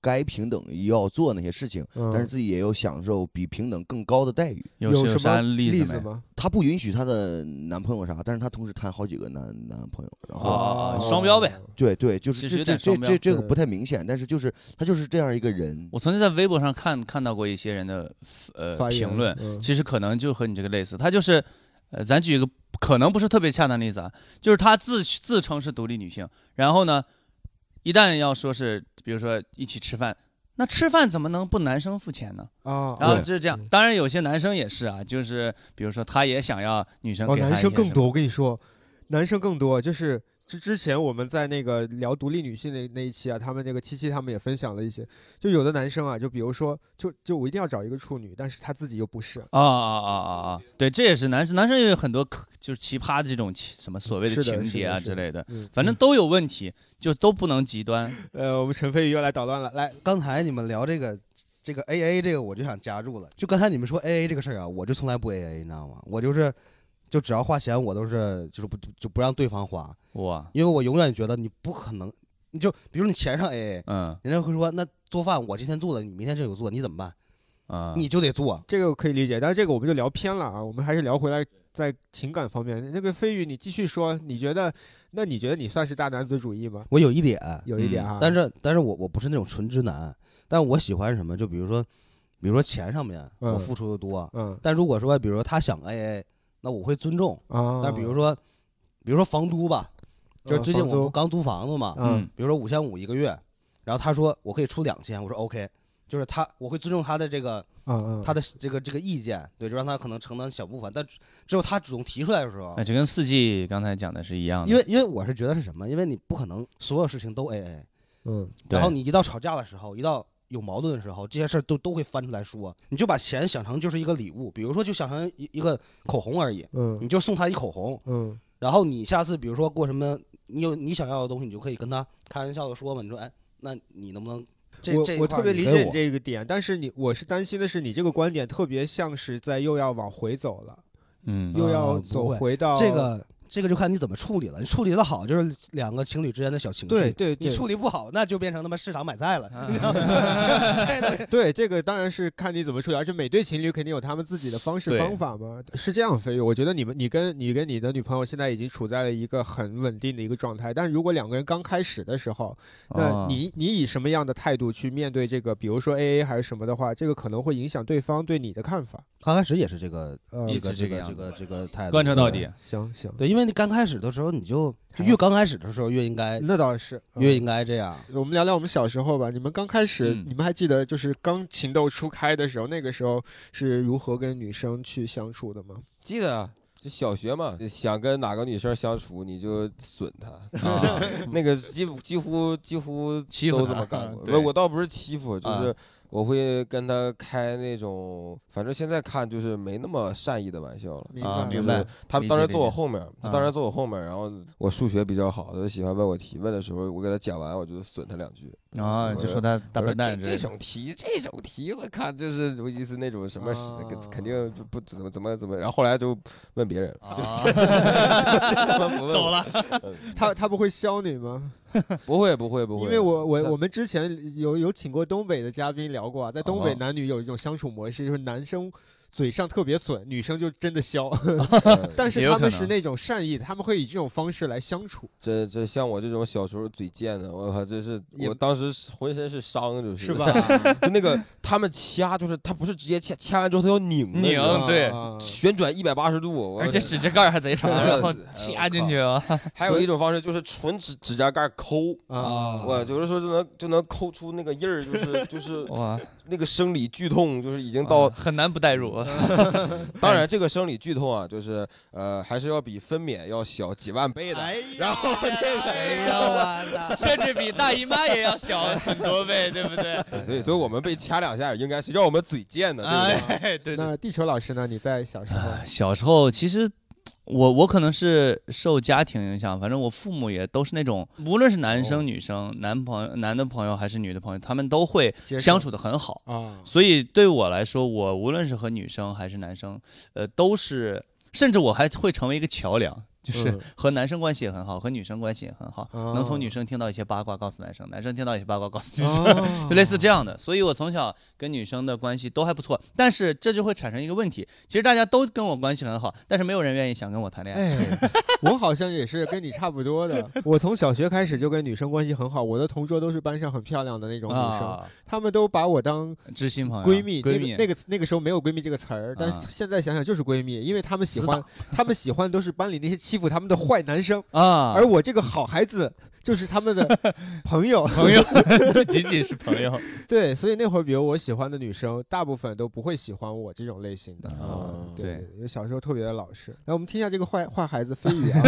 [SPEAKER 6] 该平等要做那些事情，
[SPEAKER 2] 嗯
[SPEAKER 6] 但是自己也有享受比平等更高的待遇。
[SPEAKER 4] 有
[SPEAKER 2] 有
[SPEAKER 4] 有
[SPEAKER 2] 什么
[SPEAKER 4] 啥例
[SPEAKER 2] 例
[SPEAKER 4] 子没？
[SPEAKER 2] 吗？
[SPEAKER 6] 她不允许她的男朋友啥，但是她同时谈好几个男男朋友，然后、
[SPEAKER 2] 哦
[SPEAKER 4] 啊啊双标呗。
[SPEAKER 6] 对对，就
[SPEAKER 4] 其
[SPEAKER 6] 是
[SPEAKER 4] 实有
[SPEAKER 6] 这
[SPEAKER 4] 点
[SPEAKER 6] 这
[SPEAKER 4] 双
[SPEAKER 6] 这
[SPEAKER 4] 标
[SPEAKER 6] 这这个
[SPEAKER 2] 对
[SPEAKER 6] 不太明显，但是就是她就是这样一个人，
[SPEAKER 4] 我曾经在微博上看看到过一些人的呃
[SPEAKER 2] 发言
[SPEAKER 4] 评论，
[SPEAKER 2] 嗯
[SPEAKER 4] 其实可能就和你这个类似，他就是，呃，咱举一个可能不是特别恰当的例子啊，就是她自自称是独立女性，然后呢，一旦要说是比如说一起吃饭，那吃饭怎么能不男生付钱呢？
[SPEAKER 2] 啊，
[SPEAKER 4] 然后
[SPEAKER 2] 对
[SPEAKER 4] 就是这样
[SPEAKER 2] 嗯，
[SPEAKER 4] 当然有些男生也是啊，就是比如说他也想要女生
[SPEAKER 2] 哦，
[SPEAKER 4] 给他
[SPEAKER 2] 男
[SPEAKER 4] 一
[SPEAKER 2] 生
[SPEAKER 4] 些
[SPEAKER 2] 更
[SPEAKER 4] 什么
[SPEAKER 2] 多，我跟你说，男生更多，就是之之前我们在那个聊独立女性那那一期啊，他们那个七七他们也分享了一些，就有的男生啊，就比如说，就就我一定要找一个处女，但是他自己又不是，
[SPEAKER 4] 啊啊啊啊啊！对，这也是男生，男生也有很多可就是奇葩的这种奇什么所谓
[SPEAKER 2] 嗯是的
[SPEAKER 4] 情
[SPEAKER 2] 是
[SPEAKER 4] 节
[SPEAKER 2] 的
[SPEAKER 4] 啊
[SPEAKER 2] 是
[SPEAKER 4] 之
[SPEAKER 2] 的
[SPEAKER 4] 类的，
[SPEAKER 2] 嗯，
[SPEAKER 4] 反正都有问题，就都不能极端。
[SPEAKER 2] 呃，我们陈飞宇又来捣乱了，来，
[SPEAKER 5] 刚才你们聊这个这个 A A 这个，我就想加入了。就刚才你们说 A A 这个事儿啊，我就从来不 A A，你知道吗？我就是就只要花钱，我都是就是不就不让对方花，
[SPEAKER 4] 哇，
[SPEAKER 5] 因为我永远觉得你不可能，你就比如你钱上 A A，
[SPEAKER 4] 嗯
[SPEAKER 5] 人家会说那做饭我今天做了，你明天就有做，你怎么办？
[SPEAKER 4] 啊，
[SPEAKER 5] 你就得做。
[SPEAKER 2] 这个我可以理解，但是这个我们就聊偏了啊，我们还是聊回来在情感方面，那个飞宇你继续说，你觉得，那你觉得你算是大男子主义吗？
[SPEAKER 5] 我有一点，
[SPEAKER 2] 有一点
[SPEAKER 4] 嗯
[SPEAKER 2] 啊，
[SPEAKER 5] 但是但是我我不是那种纯直男，但我喜欢什么？就比如说，比如说钱上面我
[SPEAKER 2] 嗯
[SPEAKER 5] 付出的多，
[SPEAKER 2] 嗯
[SPEAKER 5] 但如果说比如说他想 A A，那我会尊重。
[SPEAKER 2] 啊，
[SPEAKER 5] 但比如说，比如说房租吧，就是最
[SPEAKER 2] 嗯
[SPEAKER 5] 近我不
[SPEAKER 2] 房租
[SPEAKER 5] 刚租房子嘛，
[SPEAKER 2] 嗯
[SPEAKER 4] 嗯
[SPEAKER 5] 比如说五千五一个月，然后他说我可以出两千，我说 OK，就是他我会尊重他的这个
[SPEAKER 4] 嗯
[SPEAKER 2] 啊啊，
[SPEAKER 5] 他的这个这个意见，对，就让他可能承担小部分，但只只有他主动提出来的时候
[SPEAKER 4] 哎，，这跟四季刚才讲的是一样的，
[SPEAKER 5] 因为因为我是觉得是什么，因为你不可能所有事情都 AA，
[SPEAKER 2] 嗯
[SPEAKER 4] 对
[SPEAKER 5] 然后你一到吵架的时候，一到有矛盾的时候，这些事儿都都会翻出来说，你就把钱想成就是一个礼物，比如说就想成一一个口红而已，你
[SPEAKER 2] 嗯
[SPEAKER 5] 就送他一口红，
[SPEAKER 2] 嗯
[SPEAKER 5] 然后你下次比如说过什么，你有你想要的东西，你就可以跟他开玩笑的说嘛，你说哎，那你能不能这
[SPEAKER 2] 我
[SPEAKER 5] 这一
[SPEAKER 2] 我
[SPEAKER 5] 块
[SPEAKER 2] 特别
[SPEAKER 5] 你
[SPEAKER 2] 理
[SPEAKER 5] 给
[SPEAKER 2] 解你
[SPEAKER 5] 我
[SPEAKER 2] 这个点，但是你我是担心的是，你这个观点特别像是在又要往回走了，
[SPEAKER 4] 嗯
[SPEAKER 2] 又
[SPEAKER 5] 啊
[SPEAKER 2] 要
[SPEAKER 5] 不
[SPEAKER 2] 走
[SPEAKER 5] 会
[SPEAKER 2] 回到
[SPEAKER 5] 这个这个就看你怎么处理了，你处理的好就是两个情侣之间的小情绪，
[SPEAKER 2] 对嗯对对
[SPEAKER 5] 你处理不好那就变成他妈市场买菜了，
[SPEAKER 4] 啊
[SPEAKER 5] 你知道吗？这东西
[SPEAKER 2] 对这个当然是看你怎么处理，而且每对情侣肯定有他们自己的方式
[SPEAKER 4] 对
[SPEAKER 2] 方法嘛。是这样，飞宇，我觉得你们你跟你跟你的女朋友现在已经处在了一个很稳定的一个状态，但如果两个人刚开始的时候，那
[SPEAKER 4] 啊
[SPEAKER 2] 你你以什么样的态度去面对这个，比如说 A A 还是什么的话，这个可能会影响对方对你的看法。
[SPEAKER 5] 刚开始也是这个
[SPEAKER 2] 呃，
[SPEAKER 4] 一
[SPEAKER 5] 这
[SPEAKER 4] 直这个
[SPEAKER 5] 个这个
[SPEAKER 4] 样
[SPEAKER 5] 这
[SPEAKER 4] 子嗯
[SPEAKER 5] 个这个态度，
[SPEAKER 4] 贯彻到底
[SPEAKER 5] 对。
[SPEAKER 2] 行行，
[SPEAKER 5] 对，因为你刚开始的时候，你就就越刚开始的时候越应该
[SPEAKER 2] 那倒是嗯
[SPEAKER 5] 越应该 这样。
[SPEAKER 2] 我们聊聊我们小时候吧。你们刚开始，
[SPEAKER 4] 嗯
[SPEAKER 2] 你们还记得就是刚情窦初开的时候，那个时候是如何跟女生去相处的吗？
[SPEAKER 3] 记得啊就小学嘛，想跟哪个女生相处，你就损 她，啊、
[SPEAKER 4] 哦
[SPEAKER 3] 那个几乎几乎几乎
[SPEAKER 4] 欺负
[SPEAKER 3] 都
[SPEAKER 4] 她嗯
[SPEAKER 3] 这么干过。
[SPEAKER 4] 对
[SPEAKER 3] 我我倒不是欺负，就
[SPEAKER 4] 啊
[SPEAKER 3] 是我会跟她开那种，反正现在看就是没那么善意的玩笑了。
[SPEAKER 2] 明
[SPEAKER 4] 啊，
[SPEAKER 2] 白
[SPEAKER 4] 明白，
[SPEAKER 3] 她
[SPEAKER 4] 理解
[SPEAKER 3] 当时
[SPEAKER 4] 理
[SPEAKER 3] 坐我
[SPEAKER 4] 解
[SPEAKER 3] 后面儿，她
[SPEAKER 4] 啊
[SPEAKER 3] 当时坐我后面儿，然后我数学比较好，她就喜欢问我题，问的时候我给她讲完，我就损她两句。
[SPEAKER 4] 啊，就说他大
[SPEAKER 3] 我说
[SPEAKER 4] 笨蛋之
[SPEAKER 3] 这
[SPEAKER 4] 类
[SPEAKER 3] 这
[SPEAKER 4] 的，
[SPEAKER 3] 种题，这种题，我靠，就是我意思那种什么事，肯肯定就不怎么怎么怎么，然后后来就问别人了， 走了，
[SPEAKER 2] 他他不会削你吗？
[SPEAKER 3] 不会不会不会，
[SPEAKER 2] 因为我我
[SPEAKER 3] 他
[SPEAKER 2] 我们之前有有请过东北的嘉宾聊过啊，在东北
[SPEAKER 3] 啊
[SPEAKER 2] 男女有一种相处模式，就是男生嘴上特别损，女生就真的削，
[SPEAKER 3] 嗯
[SPEAKER 2] 但是
[SPEAKER 4] 也有
[SPEAKER 2] 他们
[SPEAKER 4] 可能
[SPEAKER 2] 是那种善意的，他们会以这种方式来相处，
[SPEAKER 3] 这这像我这种小时候嘴贱的，我靠，这是
[SPEAKER 2] 也
[SPEAKER 3] 我当时是浑身是伤， 就是
[SPEAKER 2] 吧？？
[SPEAKER 3] 就那个他们掐，就是他不是直接掐，掐完之后他要拧的你
[SPEAKER 4] 拧
[SPEAKER 3] 知道吗
[SPEAKER 4] 嗯对
[SPEAKER 2] 啊
[SPEAKER 3] 旋转一百八十度，我
[SPEAKER 4] 而且指甲盖儿还贼长，然后
[SPEAKER 3] 哎呦
[SPEAKER 4] 掐进去啊，
[SPEAKER 3] 还有一种方式就是纯指指甲盖儿抠。
[SPEAKER 2] 啊，
[SPEAKER 3] 我有的时候就能就能抠出那个印儿，就是就是
[SPEAKER 4] 哇，
[SPEAKER 3] 那个生理剧痛，就是已经到
[SPEAKER 4] 啊。很难不代入，
[SPEAKER 3] 当然，这个生理剧痛啊，就是呃，还是要比分娩要小几万倍的。然后这
[SPEAKER 4] 哎呀，我的， 甚至比大姨妈也要小很多倍，对不对？
[SPEAKER 3] 个，所以所以我们被掐两下也应该是让我们嘴贱的，对不对？
[SPEAKER 4] 哎，对对。
[SPEAKER 2] 那地球老师呢？你在小时候
[SPEAKER 4] 小时候其实。我我可能是受家庭影响，反正我父母也都是那种，无论是男
[SPEAKER 2] 哦
[SPEAKER 4] 生女生、男朋友男的朋友还是女的朋友，他们都会
[SPEAKER 2] 接受
[SPEAKER 4] 相处的很好。
[SPEAKER 2] 啊，
[SPEAKER 4] 所以对我来说，我无论是和女生还是男生，呃，都是，甚至我还会成为一个桥梁，就是
[SPEAKER 2] 嗯
[SPEAKER 4] 和男生关系也很好，和女生关系也很好，能
[SPEAKER 2] 哦
[SPEAKER 4] 从女生听到一些八卦，告诉男生；男生听到一些八卦，告诉女生，
[SPEAKER 2] 哦
[SPEAKER 4] 就类似这样的。所以我从小跟女生的关系都还不错，但是这就会产生一个问题，其实大家都跟我关系很好，但是没有人愿意想跟我谈恋爱。
[SPEAKER 2] 哎，我好像也是跟你差不多的。我从小学开始就跟女生关系很好，我的同桌都是班上很漂亮的那种女生，
[SPEAKER 4] 啊，
[SPEAKER 2] 她们都把我当
[SPEAKER 4] 知心朋友，
[SPEAKER 2] 闺蜜。
[SPEAKER 4] 闺蜜，啊
[SPEAKER 2] 那个那个那个时候没有“闺蜜”这个词儿，但是现在想想就是闺蜜，因为她们喜欢，她们喜欢都是班里那些欺负她们的坏男生，
[SPEAKER 4] 啊，
[SPEAKER 2] 而我这个好孩子就是她 们的朋友。
[SPEAKER 4] 朋友就仅仅是朋友
[SPEAKER 2] 对，所以那会儿，比如我喜欢的女生，大部分都不会喜欢我这种类型的。
[SPEAKER 4] 啊，
[SPEAKER 2] 对
[SPEAKER 4] 对，，
[SPEAKER 2] 因为小时候特别的老实。来，我们听一下这个坏坏孩子飞 宇啊，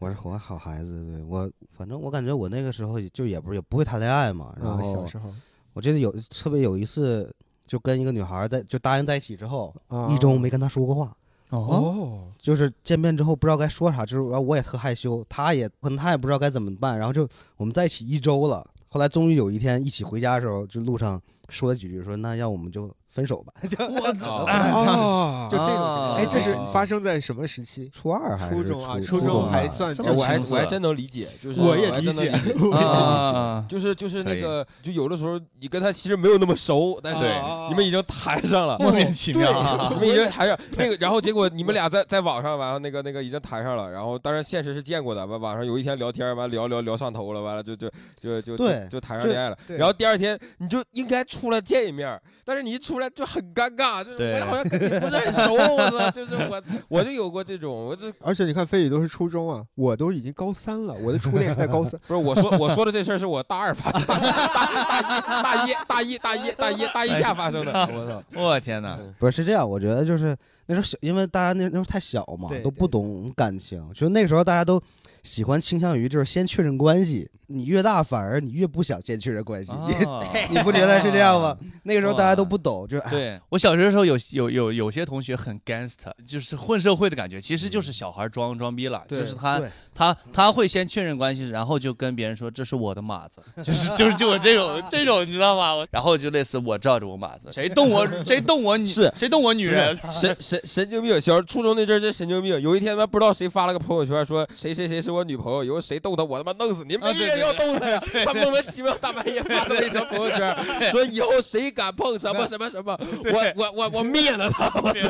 [SPEAKER 5] 我是我好孩子，对我反正我感觉我那个时候也就也不是也不会谈恋爱嘛，然
[SPEAKER 2] 然后
[SPEAKER 5] 后
[SPEAKER 2] 小时候
[SPEAKER 5] 我记得有特别有一次，就跟一个女孩在就答应在一起之后，
[SPEAKER 2] 啊
[SPEAKER 5] 一周没跟她说过话，
[SPEAKER 4] 哦，
[SPEAKER 2] 哦，
[SPEAKER 5] 就是见面之后不知道该说啥，就是然啊后我也特害羞，她也可能她也不知道该怎么办，然后就我们在一起一周了，后来终于有一天一起回家的时候，就路上说了几句说那要我们就分手吧，就
[SPEAKER 4] 我操
[SPEAKER 2] 哦
[SPEAKER 5] 就这种情况，
[SPEAKER 2] 哎，这是
[SPEAKER 3] 哦
[SPEAKER 2] 发生在什么时期？
[SPEAKER 5] 初二还
[SPEAKER 2] 初
[SPEAKER 5] 是
[SPEAKER 2] 中啊，
[SPEAKER 5] 初
[SPEAKER 2] 初
[SPEAKER 4] 中
[SPEAKER 2] 中
[SPEAKER 4] 啊
[SPEAKER 2] 还算
[SPEAKER 4] 这
[SPEAKER 3] 哎
[SPEAKER 4] 么
[SPEAKER 3] 我还
[SPEAKER 4] 青涩
[SPEAKER 3] 我还真能理解，就 是
[SPEAKER 2] 我也
[SPEAKER 3] 还真能
[SPEAKER 2] 理
[SPEAKER 3] 理解，
[SPEAKER 4] 啊，
[SPEAKER 3] 就是就是
[SPEAKER 4] 可以
[SPEAKER 3] 那个，就有的时候你跟他其实没有那么熟，但是
[SPEAKER 4] 对
[SPEAKER 3] 你们已经谈上了。
[SPEAKER 4] 莫名其妙啊
[SPEAKER 3] 你们已经谈上那个，然后结果你们俩在在网上完了，那个那个已经谈上了，然后当然现实是见过的，完网上有一天聊天，完聊聊聊上头了，完了就就就就
[SPEAKER 5] 对
[SPEAKER 3] 就就谈上
[SPEAKER 5] 就
[SPEAKER 3] 恋爱了，
[SPEAKER 5] 对
[SPEAKER 3] 然后第二天你就应该出来见一面，但是你一出来就很尴尬，就是
[SPEAKER 4] 对
[SPEAKER 3] 我好像跟你不是很熟，我操，就是我我就有过这种，我这。
[SPEAKER 2] 而且你看，飞宇都是初中啊，我都已经高三了，我的初恋是在高三
[SPEAKER 3] 不是我说我说的这事儿是我大二发生的，大一大一大一大一大一大一下发生的， 我操。
[SPEAKER 4] 我天 哪！
[SPEAKER 5] 不是是这样，我觉得就是那时候小，因为大家那那时候太小嘛
[SPEAKER 2] 对，
[SPEAKER 5] 都不懂感情，就是那个时候大家都喜欢倾向于就是先确认关系，你越大反而你越不想先确认关
[SPEAKER 2] 哦
[SPEAKER 5] 系，
[SPEAKER 4] 哦
[SPEAKER 5] 你你不觉得是这样吗？那个时候大家都不懂，就是哎
[SPEAKER 4] 对我小学的时候有有有有些同学很 gangster，就是混社会的感觉，其实就是小孩装装逼了，就是他
[SPEAKER 5] 对
[SPEAKER 4] 他他会先确认关系，然后就跟别人说这是我的马子，就是就是就我这 种这种你知道吗？我然后就类似我罩着我马子，谁动 我谁动我女
[SPEAKER 3] 是
[SPEAKER 4] 谁动我女人，
[SPEAKER 3] 神神神经病，小时候初中那阵儿真神经病。有一天他妈不知道谁发了个朋友圈，说谁谁谁是我女朋友，以后谁动她，我他妈弄死你！没
[SPEAKER 4] 啊对
[SPEAKER 3] 人
[SPEAKER 4] 对
[SPEAKER 3] 要动她 呀，他莫名其妙大半夜发这么一条朋友圈，说以后谁敢碰什么什么 什么， 我我我我灭了他！
[SPEAKER 5] 不是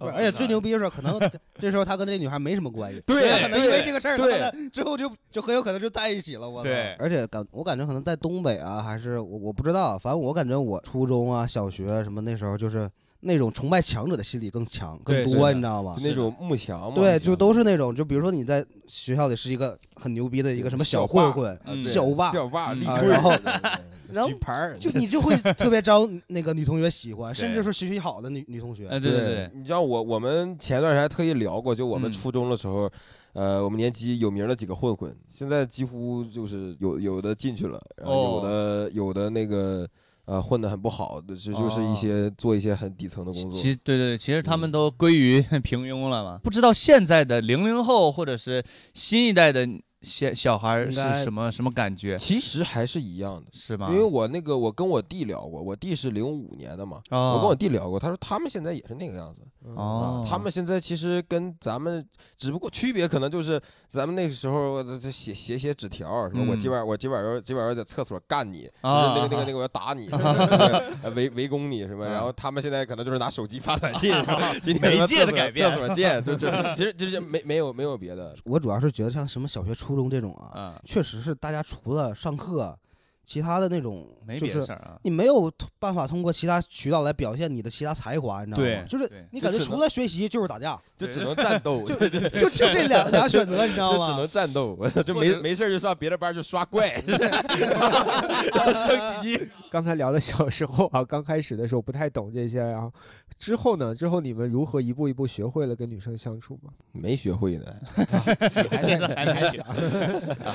[SPEAKER 5] 而且最牛逼的是，可能这时候他跟这女孩没什么关系，
[SPEAKER 3] 对
[SPEAKER 5] 他可能因为
[SPEAKER 3] 对
[SPEAKER 5] 这个事儿，他
[SPEAKER 3] 对
[SPEAKER 5] 们之后就就很有可能就在一起了。我操
[SPEAKER 4] 对
[SPEAKER 5] 而且感我感觉可啊能在东北啊，还是我我不知道，反正我感觉我初中啊、小学什么那时候就是。那种崇拜强者的心理更强更
[SPEAKER 4] 对
[SPEAKER 3] 是
[SPEAKER 5] 多，
[SPEAKER 3] 的
[SPEAKER 5] 你知道吗
[SPEAKER 3] 就？那种慕强嘛，
[SPEAKER 5] 对，就都
[SPEAKER 3] 是
[SPEAKER 5] 是那种，就比如说你在学校里是一个很牛逼的一个什么小混混，
[SPEAKER 4] 嗯
[SPEAKER 5] 小欧巴
[SPEAKER 3] 小霸，
[SPEAKER 4] 嗯
[SPEAKER 3] 立
[SPEAKER 5] 啊
[SPEAKER 3] 棍
[SPEAKER 5] 然后然
[SPEAKER 3] 儿
[SPEAKER 5] 后
[SPEAKER 3] 举牌儿，
[SPEAKER 5] 就你就会特别招那个女同学喜欢，
[SPEAKER 4] 对
[SPEAKER 5] 甚至说学习好的女女同学
[SPEAKER 4] 哎，，对对对，
[SPEAKER 3] 你知道我我们前段时间还特意聊过，就我们
[SPEAKER 4] 嗯
[SPEAKER 3] 初中的时候，呃，我们年级有名的几个混混，现在几乎就是有有的进去了，然后有
[SPEAKER 4] 哦
[SPEAKER 3] 的有的那个呃混的很不好，这就是一
[SPEAKER 5] 哦
[SPEAKER 3] 些做一些很底层的工
[SPEAKER 4] 其
[SPEAKER 3] 作。嗯
[SPEAKER 4] 实对对，对其实他们都归于 平庸了嘛。不知道现在的零零后或者是新一代的小小孩儿
[SPEAKER 5] 应
[SPEAKER 4] 是
[SPEAKER 5] 该
[SPEAKER 4] 什么什么感觉，
[SPEAKER 3] 其实还是一样的，
[SPEAKER 4] 是吗？
[SPEAKER 3] 因为我那个我跟我弟聊过，我弟是零五年的嘛，
[SPEAKER 4] 哦
[SPEAKER 3] 我跟我弟聊过，他说他们现在也是那个样子。啊
[SPEAKER 4] 哦，，
[SPEAKER 3] 他们现在其实跟咱们只不过区别可能就是咱们那个时候这这写写写纸条儿，什么我
[SPEAKER 4] 嗯
[SPEAKER 3] 今晚我今晚要今晚要在厕所干你，
[SPEAKER 4] 啊
[SPEAKER 3] 就是那个那个那个我要打 你，就是围围攻你什么，
[SPEAKER 4] 啊
[SPEAKER 3] 然后他们现在可能就是拿手机发短 信，然后今天
[SPEAKER 4] 媒
[SPEAKER 3] 他妈
[SPEAKER 4] 介
[SPEAKER 3] 厕
[SPEAKER 4] 的
[SPEAKER 3] 所
[SPEAKER 4] 改变
[SPEAKER 3] 厕所见，就就其实就是没没有没有别的，
[SPEAKER 5] 我主要是觉得像什么小学、初中这种啊，
[SPEAKER 4] 嗯，
[SPEAKER 5] 确实是大家除了上课，其他的那种
[SPEAKER 4] 没
[SPEAKER 5] 就
[SPEAKER 4] 别的
[SPEAKER 5] 是
[SPEAKER 4] 事儿 啊。
[SPEAKER 5] 你没有通办法通过其他渠道来表现你的其他才华，你知道
[SPEAKER 4] 对
[SPEAKER 5] 吗？就是
[SPEAKER 4] 对
[SPEAKER 5] 你感觉
[SPEAKER 3] 就只能
[SPEAKER 5] 除了学习就是打架，
[SPEAKER 3] 就只能战斗，
[SPEAKER 5] 就
[SPEAKER 3] 就
[SPEAKER 5] 就就这两
[SPEAKER 4] 啊
[SPEAKER 5] 俩选择，你知道
[SPEAKER 3] 就只
[SPEAKER 5] 吗
[SPEAKER 3] 能？战斗， 就
[SPEAKER 4] 或
[SPEAKER 3] 没
[SPEAKER 4] 者
[SPEAKER 3] 没事儿就上别的班儿去刷 怪，升级。
[SPEAKER 2] 刚才聊的小时候啊，刚开始的时候不太懂这些，然后之后呢，之后你们如何一步一步学会了跟女生相处 吗？
[SPEAKER 3] 没学会呢，
[SPEAKER 4] 现在还还小，啊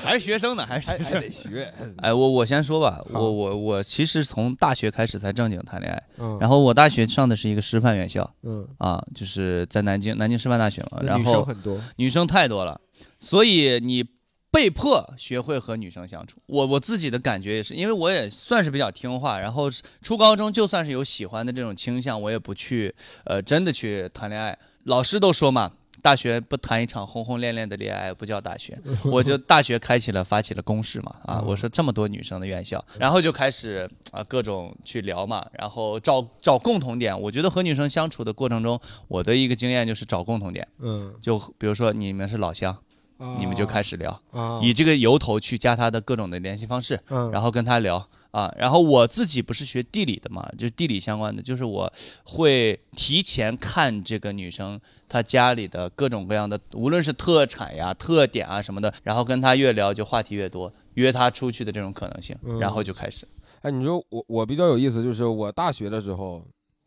[SPEAKER 4] 还是学生呢，还是
[SPEAKER 3] 还
[SPEAKER 4] 学
[SPEAKER 3] 还
[SPEAKER 4] 生。
[SPEAKER 3] 得学。
[SPEAKER 4] 哎，我我先说吧，
[SPEAKER 2] 好
[SPEAKER 4] 我我我其实从大学开始才正经谈恋爱，
[SPEAKER 2] 嗯，
[SPEAKER 4] 然后我大学上的是一个师范院校
[SPEAKER 2] 嗯，
[SPEAKER 4] 啊，就是在南京南京师范大学嘛，
[SPEAKER 2] 那
[SPEAKER 4] 然
[SPEAKER 2] 女生
[SPEAKER 4] 后
[SPEAKER 2] 很多，
[SPEAKER 4] 女生太多了，所以你被迫学会和女生相处。我我自己的感觉也是，因为我也算是比较听话，然后是初高中就算是有喜欢的这种倾向，我也不去呃真的去谈恋爱。老师都说嘛，大学不谈一场轰轰烈烈的恋爱不叫大学。我就大学开启了发起了攻势嘛啊，我说这么多女生的院校，然后就开始啊各种去聊嘛，然后找找共同点。我觉得和女生相处的过程中，我的一个经验就是找共同点，
[SPEAKER 2] 嗯，
[SPEAKER 4] 就比如说你们是老乡，你们就
[SPEAKER 3] 哦
[SPEAKER 4] 开
[SPEAKER 2] 始
[SPEAKER 4] 始聊，
[SPEAKER 2] 啊，
[SPEAKER 4] 以这个由头去加他的各种的联系方式，
[SPEAKER 2] 嗯，
[SPEAKER 4] 然后跟他聊啊。然后我自己不是学地理的嘛，就是地理相关的，就是我会提前看这个女生她家里的各种各样的，无论是特产呀、特点啊什么的，然后跟她越聊就话题越多，约她出去的这种可能性，
[SPEAKER 3] 嗯
[SPEAKER 4] 然后就开始。
[SPEAKER 3] 哎，你说我我比较有意思，就是我大学的时候，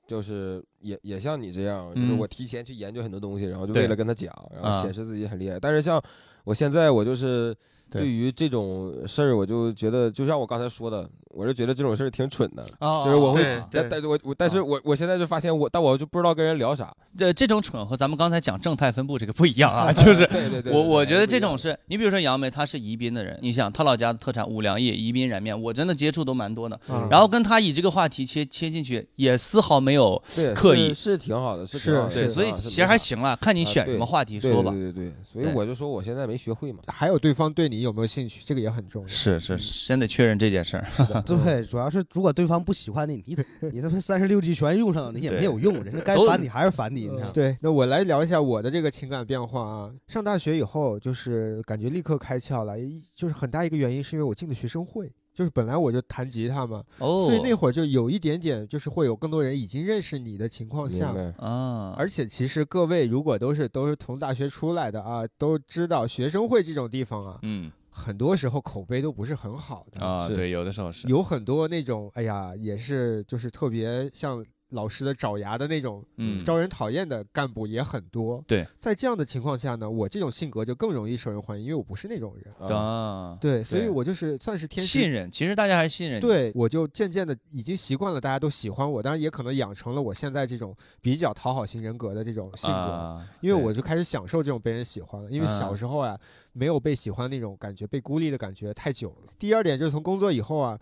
[SPEAKER 3] 就是也也像你这样，就是
[SPEAKER 4] 嗯
[SPEAKER 3] 我提前去研究很多东西，然后就
[SPEAKER 4] 对
[SPEAKER 3] 为了跟他讲，然后
[SPEAKER 4] 啊
[SPEAKER 3] 显示自己很厉害。但是像我现在，我就是
[SPEAKER 4] 对
[SPEAKER 3] 对于这种事儿，我就觉得，就像我刚才说的，我是觉得这种事儿挺蠢的。
[SPEAKER 4] 哦
[SPEAKER 3] 就是我会
[SPEAKER 5] 对，
[SPEAKER 3] 但但我我但
[SPEAKER 4] 啊
[SPEAKER 3] 是我我现在就发现我，但我就不知道跟人聊啥。
[SPEAKER 4] 这这种蠢和咱们刚才讲正态分布这个不一 样啊，就是
[SPEAKER 3] 对对对，
[SPEAKER 4] 我
[SPEAKER 3] 对
[SPEAKER 4] 我
[SPEAKER 3] 对
[SPEAKER 4] 觉得
[SPEAKER 3] 不一
[SPEAKER 4] 这
[SPEAKER 3] 样
[SPEAKER 4] 种是你比如说杨梅，她是宜宾的人，你想她老家的特产五粮液、宜宾燃面，我真的接触都蛮多的。
[SPEAKER 2] 嗯
[SPEAKER 4] 然后跟她以这个话题切切进去，也丝毫没有
[SPEAKER 3] 对
[SPEAKER 4] 刻
[SPEAKER 3] 是
[SPEAKER 4] 意
[SPEAKER 3] 是挺好的，是
[SPEAKER 2] 是
[SPEAKER 3] 挺好的
[SPEAKER 4] 对，
[SPEAKER 3] 啊是
[SPEAKER 4] 所以
[SPEAKER 3] 挺好的
[SPEAKER 4] 其实还。
[SPEAKER 3] 是
[SPEAKER 4] 行了，看你
[SPEAKER 3] 啊
[SPEAKER 4] 选什
[SPEAKER 3] 对
[SPEAKER 4] 么话题
[SPEAKER 3] 挺
[SPEAKER 4] 说
[SPEAKER 3] 好
[SPEAKER 4] 吧
[SPEAKER 3] 的。对对对对，所以
[SPEAKER 4] 对
[SPEAKER 3] 我就说我现在没学会嘛。
[SPEAKER 2] 还有对方对你有没有兴趣，这个也很重要。嗯
[SPEAKER 4] 是
[SPEAKER 3] 嗯
[SPEAKER 4] 是，是先得确认这件事儿。
[SPEAKER 5] 对，主要是如果对方不喜欢你， 你你他妈三十六计全用上了，你也
[SPEAKER 4] 对
[SPEAKER 5] 没有用， 人家该
[SPEAKER 4] 都嗯
[SPEAKER 5] 烦你还是烦你，你知道吗？
[SPEAKER 2] 嗯对，那我来聊一下我的这个情感变化啊。上大学以后，就是感觉立刻开窍了，一就是很大一个原因是因为我进的学生会，就是本来我就弹吉他嘛，
[SPEAKER 4] 哦
[SPEAKER 2] 所以那会儿就有一点点，就是会有更多人已经认识你的情况下，
[SPEAKER 3] 白。
[SPEAKER 4] 啊，
[SPEAKER 2] 而且其实各位如果都是都是从大学出来的啊，都知道学生会这种地方啊，
[SPEAKER 4] 嗯
[SPEAKER 2] 很多时候口碑都不是很好的
[SPEAKER 4] 啊，
[SPEAKER 3] 是
[SPEAKER 4] 对，有的时候是
[SPEAKER 2] 有很多那种哎呀，也是就是特别像老师的爪牙的那种，
[SPEAKER 4] 嗯
[SPEAKER 2] 招人讨厌的干部也很多。
[SPEAKER 4] 对，
[SPEAKER 2] 在这样的情况下呢，我这种性格就更容易受人欢迎，因为我不是那种人。
[SPEAKER 3] 啊
[SPEAKER 4] 啊，
[SPEAKER 2] 对，所以
[SPEAKER 3] 对
[SPEAKER 2] 我就是算是天
[SPEAKER 4] 信
[SPEAKER 2] 生。
[SPEAKER 4] 任，其实大家还是信任你。啊
[SPEAKER 2] 对，我就渐渐的已经习惯了，大家都喜欢我，当然也可能养成了我现在这种比较讨好型人格的这种性格。
[SPEAKER 4] 啊，
[SPEAKER 2] 因为
[SPEAKER 4] 对
[SPEAKER 2] 我就开始享受这种被人喜欢了，因为小
[SPEAKER 4] 嗯
[SPEAKER 2] 时候啊，没有被喜欢那种感觉，被孤立的感觉太久了。第二点就是从工作以后啊，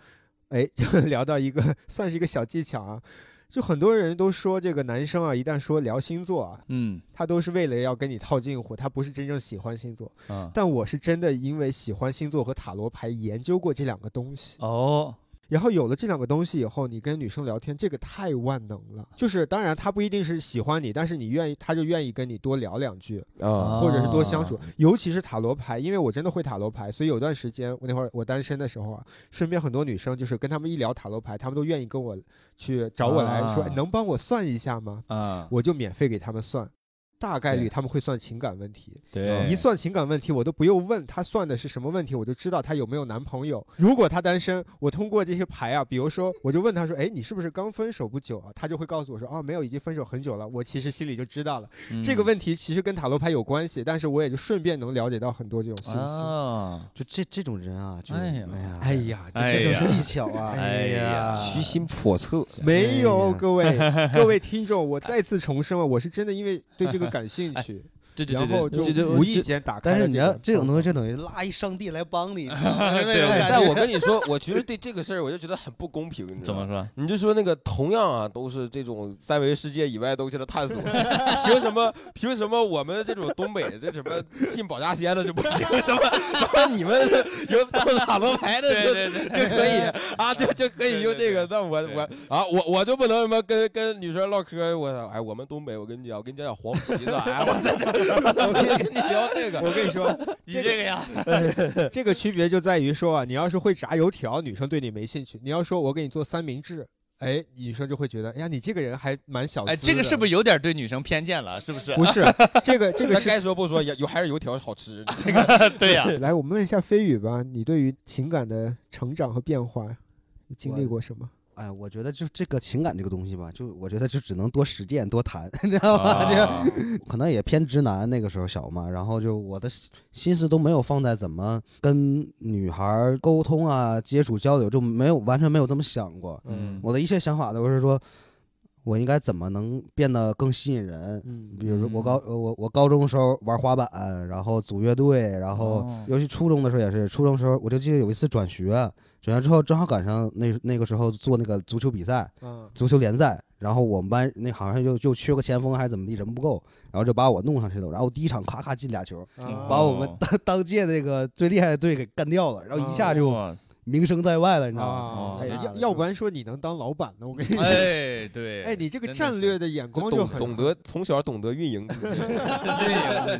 [SPEAKER 2] 哎， 就聊到一个 算是一个小技巧啊，就很多人都说这个男生啊，一旦说聊星座啊，
[SPEAKER 4] 嗯
[SPEAKER 2] 他都是为了要跟你套近乎，他不是真正喜欢星座。
[SPEAKER 4] 啊
[SPEAKER 2] 但我是真的因为喜欢星座和塔罗牌研究过这两个东西，
[SPEAKER 4] 哦，
[SPEAKER 2] 然后有了这两个东西以后，你跟女生聊天，这个太万能了。就是当然她不一定是喜欢你，但是你愿意，她就愿意跟你多聊两句，
[SPEAKER 3] 啊，
[SPEAKER 2] 或者是多相
[SPEAKER 4] 哦
[SPEAKER 2] 处。尤其是塔罗牌，因为我真的会塔罗牌，所以有段时间我那会儿我单身的时候啊，身边很多女生就是跟她们一聊塔罗牌，她们都愿意跟我去找我来说，
[SPEAKER 4] 啊
[SPEAKER 2] 哎能帮我算一下吗？
[SPEAKER 4] 啊，
[SPEAKER 2] 我就免费给她们算。大概率
[SPEAKER 4] 对
[SPEAKER 2] 他们会算情感问题，
[SPEAKER 4] 对
[SPEAKER 2] 一算情感问题，我都不用问她算的是什么问题，我就知道她有没有男朋友。如果她单身，我通过这些牌啊，比如说，我就问她说：“哎，你是不是刚分手不久啊？”她就会告诉我说：“哦，没有，已经分手很久了。”我其实心里就知道了。
[SPEAKER 4] 嗯
[SPEAKER 2] 这个问题其实跟塔罗牌有关系，但是我也就顺便能了解到很多这种信息。
[SPEAKER 4] 啊，
[SPEAKER 5] 就这这种人啊，就
[SPEAKER 4] 哎
[SPEAKER 5] 哎
[SPEAKER 4] 呀
[SPEAKER 5] 呀，
[SPEAKER 2] 哎呀，这
[SPEAKER 4] 哎
[SPEAKER 5] 这
[SPEAKER 4] 呀
[SPEAKER 5] 种技巧啊，
[SPEAKER 4] 哎呀
[SPEAKER 3] 虚心叵测，
[SPEAKER 2] 没
[SPEAKER 5] 哎
[SPEAKER 2] 有，
[SPEAKER 5] 呀
[SPEAKER 2] 各位各 位听众，我再次重申了，我是真的因为对这个感兴趣，
[SPEAKER 4] 哎对对
[SPEAKER 2] 然后
[SPEAKER 4] 对
[SPEAKER 2] 就
[SPEAKER 4] 对，
[SPEAKER 2] 无意间打开
[SPEAKER 5] 但
[SPEAKER 2] 了
[SPEAKER 5] 是你要
[SPEAKER 2] 个
[SPEAKER 5] 这 种东西，就等于拉一上帝来帮你，
[SPEAKER 4] 对
[SPEAKER 3] 但我跟你说，我其实对这个事儿我就觉得很不公平，你知
[SPEAKER 4] 怎
[SPEAKER 3] 道吗
[SPEAKER 4] 么？说？
[SPEAKER 3] 你就说那个同样啊，都是这种三维世界以外东西的探 索，凭什么凭什么我们这种东北这什么信保家仙的就不行？ 怎么怎么你们有塔罗牌的就
[SPEAKER 4] 对对，
[SPEAKER 3] 就可以啊，就就可以用这个。那我
[SPEAKER 4] 对
[SPEAKER 3] 我啊，我我就不能什么跟跟女生唠嗑，我操哎，我们东北，我跟你讲，我跟你讲讲黄皮子，哎，我在这，我 跟你聊这个。
[SPEAKER 2] 我跟你说，
[SPEAKER 4] 你这个呀，
[SPEAKER 2] 这个区别就在于说啊，你要是会炸油条，女生对你没兴趣；你要说我给你做三明治，哎，女生就会觉得，哎呀，你这个人还蛮小资的。
[SPEAKER 4] 哎，这个是不
[SPEAKER 2] 是？
[SPEAKER 4] 是有点对女生偏见了？是不是？
[SPEAKER 2] 不是，这个 这个
[SPEAKER 3] 那
[SPEAKER 2] 是。
[SPEAKER 3] 该说不说，也有还是油条好吃。这个
[SPEAKER 4] 对 呀，
[SPEAKER 2] 来，我们问一下飞宇吧，你对于情感的成长和变化，你经历
[SPEAKER 5] 我
[SPEAKER 2] 过什么？
[SPEAKER 5] 哎，我觉得就这个情感这个东西吧，就我觉得就只能多实践多谈， 你知道吧？这样
[SPEAKER 4] 啊
[SPEAKER 5] 可能也偏直男，那个时候小嘛，然后就我的心思都没有放在怎么跟女孩儿沟通啊、接触交流，就没有完全没有这么想过。
[SPEAKER 4] 嗯
[SPEAKER 5] 我的一切想法都是说，我应该怎么能变得更吸引人。
[SPEAKER 2] 嗯
[SPEAKER 5] 比如说我高呃我我高中的时候玩滑板，然后组乐队，然后
[SPEAKER 4] 哦
[SPEAKER 5] 尤其初中的时候也是，初中的时候我就记得有一次转学，转学之后正好赶上那那个时候做那个足球比赛，
[SPEAKER 2] 嗯
[SPEAKER 5] 足球联赛，然后我们班那好像就就缺个前锋还是怎么地，人不够，然后就把我弄上去了，然后我第一场咔咔进俩球，
[SPEAKER 2] 啊
[SPEAKER 4] 嗯
[SPEAKER 5] 把我们当 当届那个最厉害的队给干掉了，然后一下 就
[SPEAKER 4] 哇
[SPEAKER 5] 名声在外了，你知道吗？
[SPEAKER 2] 啊，
[SPEAKER 4] 哦
[SPEAKER 2] 哎
[SPEAKER 5] 那
[SPEAKER 2] 要
[SPEAKER 5] 就
[SPEAKER 2] 要不然说你能当老板呢？我跟你说，
[SPEAKER 4] 哎，对，
[SPEAKER 2] 哎，你这个
[SPEAKER 4] 真的
[SPEAKER 2] 战
[SPEAKER 4] 是
[SPEAKER 2] 略的眼光就
[SPEAKER 3] 懂
[SPEAKER 2] 很
[SPEAKER 3] 懂得从小懂得运营自己。
[SPEAKER 4] 对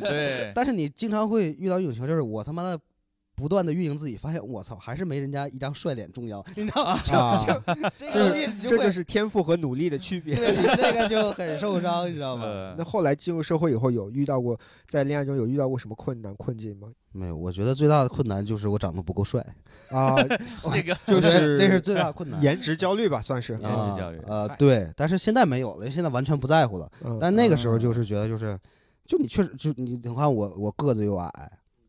[SPEAKER 4] 对，
[SPEAKER 5] 但是你经常会遇到一种情况，就是我他妈的不断的运营自己，发现我操，还是没人家一张帅脸重要，你知道吗？
[SPEAKER 2] 啊，这
[SPEAKER 5] 这个
[SPEAKER 2] 是
[SPEAKER 5] 东西你
[SPEAKER 2] 这
[SPEAKER 5] 就会
[SPEAKER 2] 就是天赋和努力的区 别。
[SPEAKER 5] 对你这个就很受伤，你知道吗？
[SPEAKER 4] 呃
[SPEAKER 2] 那后来进入社会以后，有遇到过在恋爱中有遇到过什么困难困境吗？
[SPEAKER 5] 没有，我觉得最大的困难就是我长得不够帅，
[SPEAKER 2] 啊，
[SPEAKER 4] 这个
[SPEAKER 2] 就
[SPEAKER 5] 我觉得
[SPEAKER 2] 是
[SPEAKER 5] 这是最大的困难。
[SPEAKER 2] 颜值焦虑吧，算是。
[SPEAKER 4] 颜值
[SPEAKER 5] 啊
[SPEAKER 4] 焦虑
[SPEAKER 5] 呃，对，但是现在没有了，现在完全不在乎了。
[SPEAKER 2] 嗯
[SPEAKER 5] 但那个时候就是觉得就是，就你确实就你你看我我个子又矮，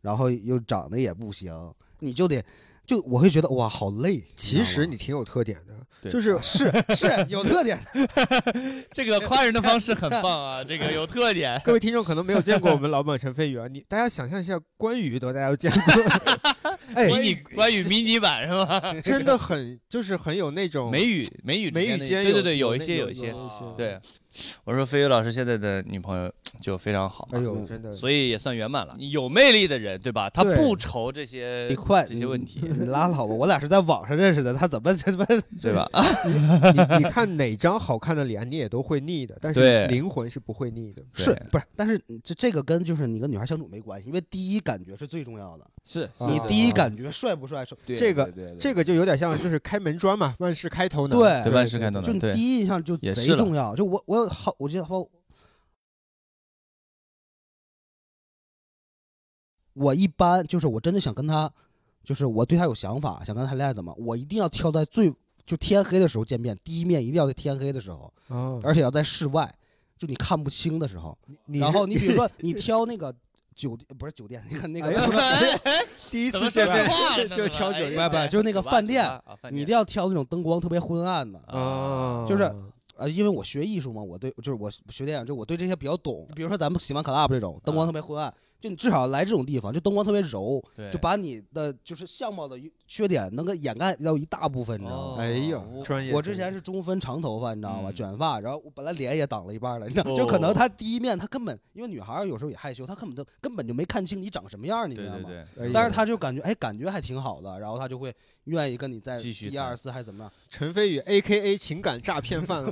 [SPEAKER 5] 然后又长得也不行，你就得就我会觉得哇好累。
[SPEAKER 2] 其实你挺有特点的，
[SPEAKER 4] 对
[SPEAKER 2] 就是是
[SPEAKER 5] 你知道吗是有特点的，
[SPEAKER 4] 这个夸人的方 式很棒啊，这个有特点。
[SPEAKER 2] 各位听众可能没有见过我们老本陈飞宇啊，你大家想象一下，关羽都大家都见过，哎
[SPEAKER 4] 迷，你关羽迷你版是吧？
[SPEAKER 2] 真的很就是很有那种
[SPEAKER 4] 美语美语之
[SPEAKER 2] 眉
[SPEAKER 4] 间
[SPEAKER 2] 宇
[SPEAKER 4] 的
[SPEAKER 2] 间
[SPEAKER 4] 对
[SPEAKER 2] 有
[SPEAKER 4] 对对，有一
[SPEAKER 2] 那
[SPEAKER 4] 些
[SPEAKER 2] 有
[SPEAKER 4] 一些。
[SPEAKER 2] 有
[SPEAKER 3] 啊
[SPEAKER 4] 对，我说飞宇老师现在的女朋友就非常好嘛，
[SPEAKER 2] 哎呦，
[SPEAKER 5] 嗯
[SPEAKER 2] 真的，
[SPEAKER 4] 所以也算圆满了。你有魅力的人对吧？他
[SPEAKER 2] 对
[SPEAKER 4] 不愁这些
[SPEAKER 5] 你快
[SPEAKER 4] 这些问题
[SPEAKER 5] 你拉倒吧，我俩是在网上认识的，他怎么 怎么
[SPEAKER 4] 对吧？
[SPEAKER 2] 你你看哪张好看的脸，你也都会腻的，但是
[SPEAKER 4] 对
[SPEAKER 2] 灵魂是不会腻的。
[SPEAKER 4] 对
[SPEAKER 5] 是不是？但是这这个跟就是你跟女孩相处没关系，因为第一感觉是最重要的。
[SPEAKER 3] 是
[SPEAKER 2] 啊
[SPEAKER 5] 你第
[SPEAKER 4] 嗯
[SPEAKER 5] 一感觉帅不帅是？
[SPEAKER 3] 对
[SPEAKER 2] 这个
[SPEAKER 3] 对对对
[SPEAKER 2] 这个就有点像就是开门砖嘛，万事开头难。
[SPEAKER 5] 对
[SPEAKER 4] 对万事开头
[SPEAKER 5] 就
[SPEAKER 4] 难。
[SPEAKER 5] 你
[SPEAKER 4] 对
[SPEAKER 5] 第，一印象就
[SPEAKER 4] 也
[SPEAKER 5] 贼
[SPEAKER 4] 是了
[SPEAKER 5] 重要。就我我有好，我记得好，我一般就是我真的想跟他，就是我对他有想法，想跟他谈恋爱怎么，我一定要挑在最就天黑的时候见面，第一面一定要在天黑的时候，
[SPEAKER 2] 哦，
[SPEAKER 5] 而且要在室外，就你看不清的时候。
[SPEAKER 2] 你
[SPEAKER 5] 然后你比如
[SPEAKER 2] 说
[SPEAKER 5] 说你挑那个酒店，不是酒店，那个
[SPEAKER 2] 哎
[SPEAKER 5] 那个。
[SPEAKER 2] 第一
[SPEAKER 4] 怎么
[SPEAKER 2] 次
[SPEAKER 4] 说
[SPEAKER 2] 见面
[SPEAKER 4] 实话呢
[SPEAKER 2] 就挑酒店
[SPEAKER 5] 不不就是那个饭店，
[SPEAKER 4] 哎哎
[SPEAKER 5] 你一定哦要挑那种灯光特别昏暗的，
[SPEAKER 2] 啊，
[SPEAKER 5] 就是呃，因为我
[SPEAKER 4] 嗯
[SPEAKER 5] 学艺术嘛，我对就是我学电影，就我对这些比较懂。比如说咱们喜欢 club 这种灯光特别昏暗，就你至少来这种地方，就灯光特别柔，
[SPEAKER 4] 对，
[SPEAKER 5] 就把你的就是相貌的缺点能够掩盖掉一大部分，你知道吗？
[SPEAKER 4] 哦
[SPEAKER 2] 哎呀，专业。
[SPEAKER 5] 我之前是中分长头发，你知道吧？
[SPEAKER 4] 嗯
[SPEAKER 5] 卷发，然后我本来脸也挡了一半了，你知道，
[SPEAKER 4] 哦
[SPEAKER 5] 就可能她第一面她根本，因为女孩儿有时候也害羞，她根本都根本就没看清你长什么样儿，你知
[SPEAKER 4] 对
[SPEAKER 5] 道
[SPEAKER 4] 对
[SPEAKER 5] 吗？
[SPEAKER 4] 对，
[SPEAKER 2] 哎呀，
[SPEAKER 5] 但是她就感觉哎，感觉还挺好的，然后她就会愿意跟你再
[SPEAKER 4] 继续
[SPEAKER 5] 第
[SPEAKER 4] 谈
[SPEAKER 5] 二次还怎么样？
[SPEAKER 2] 陈飞宇 A K A 情感诈骗犯，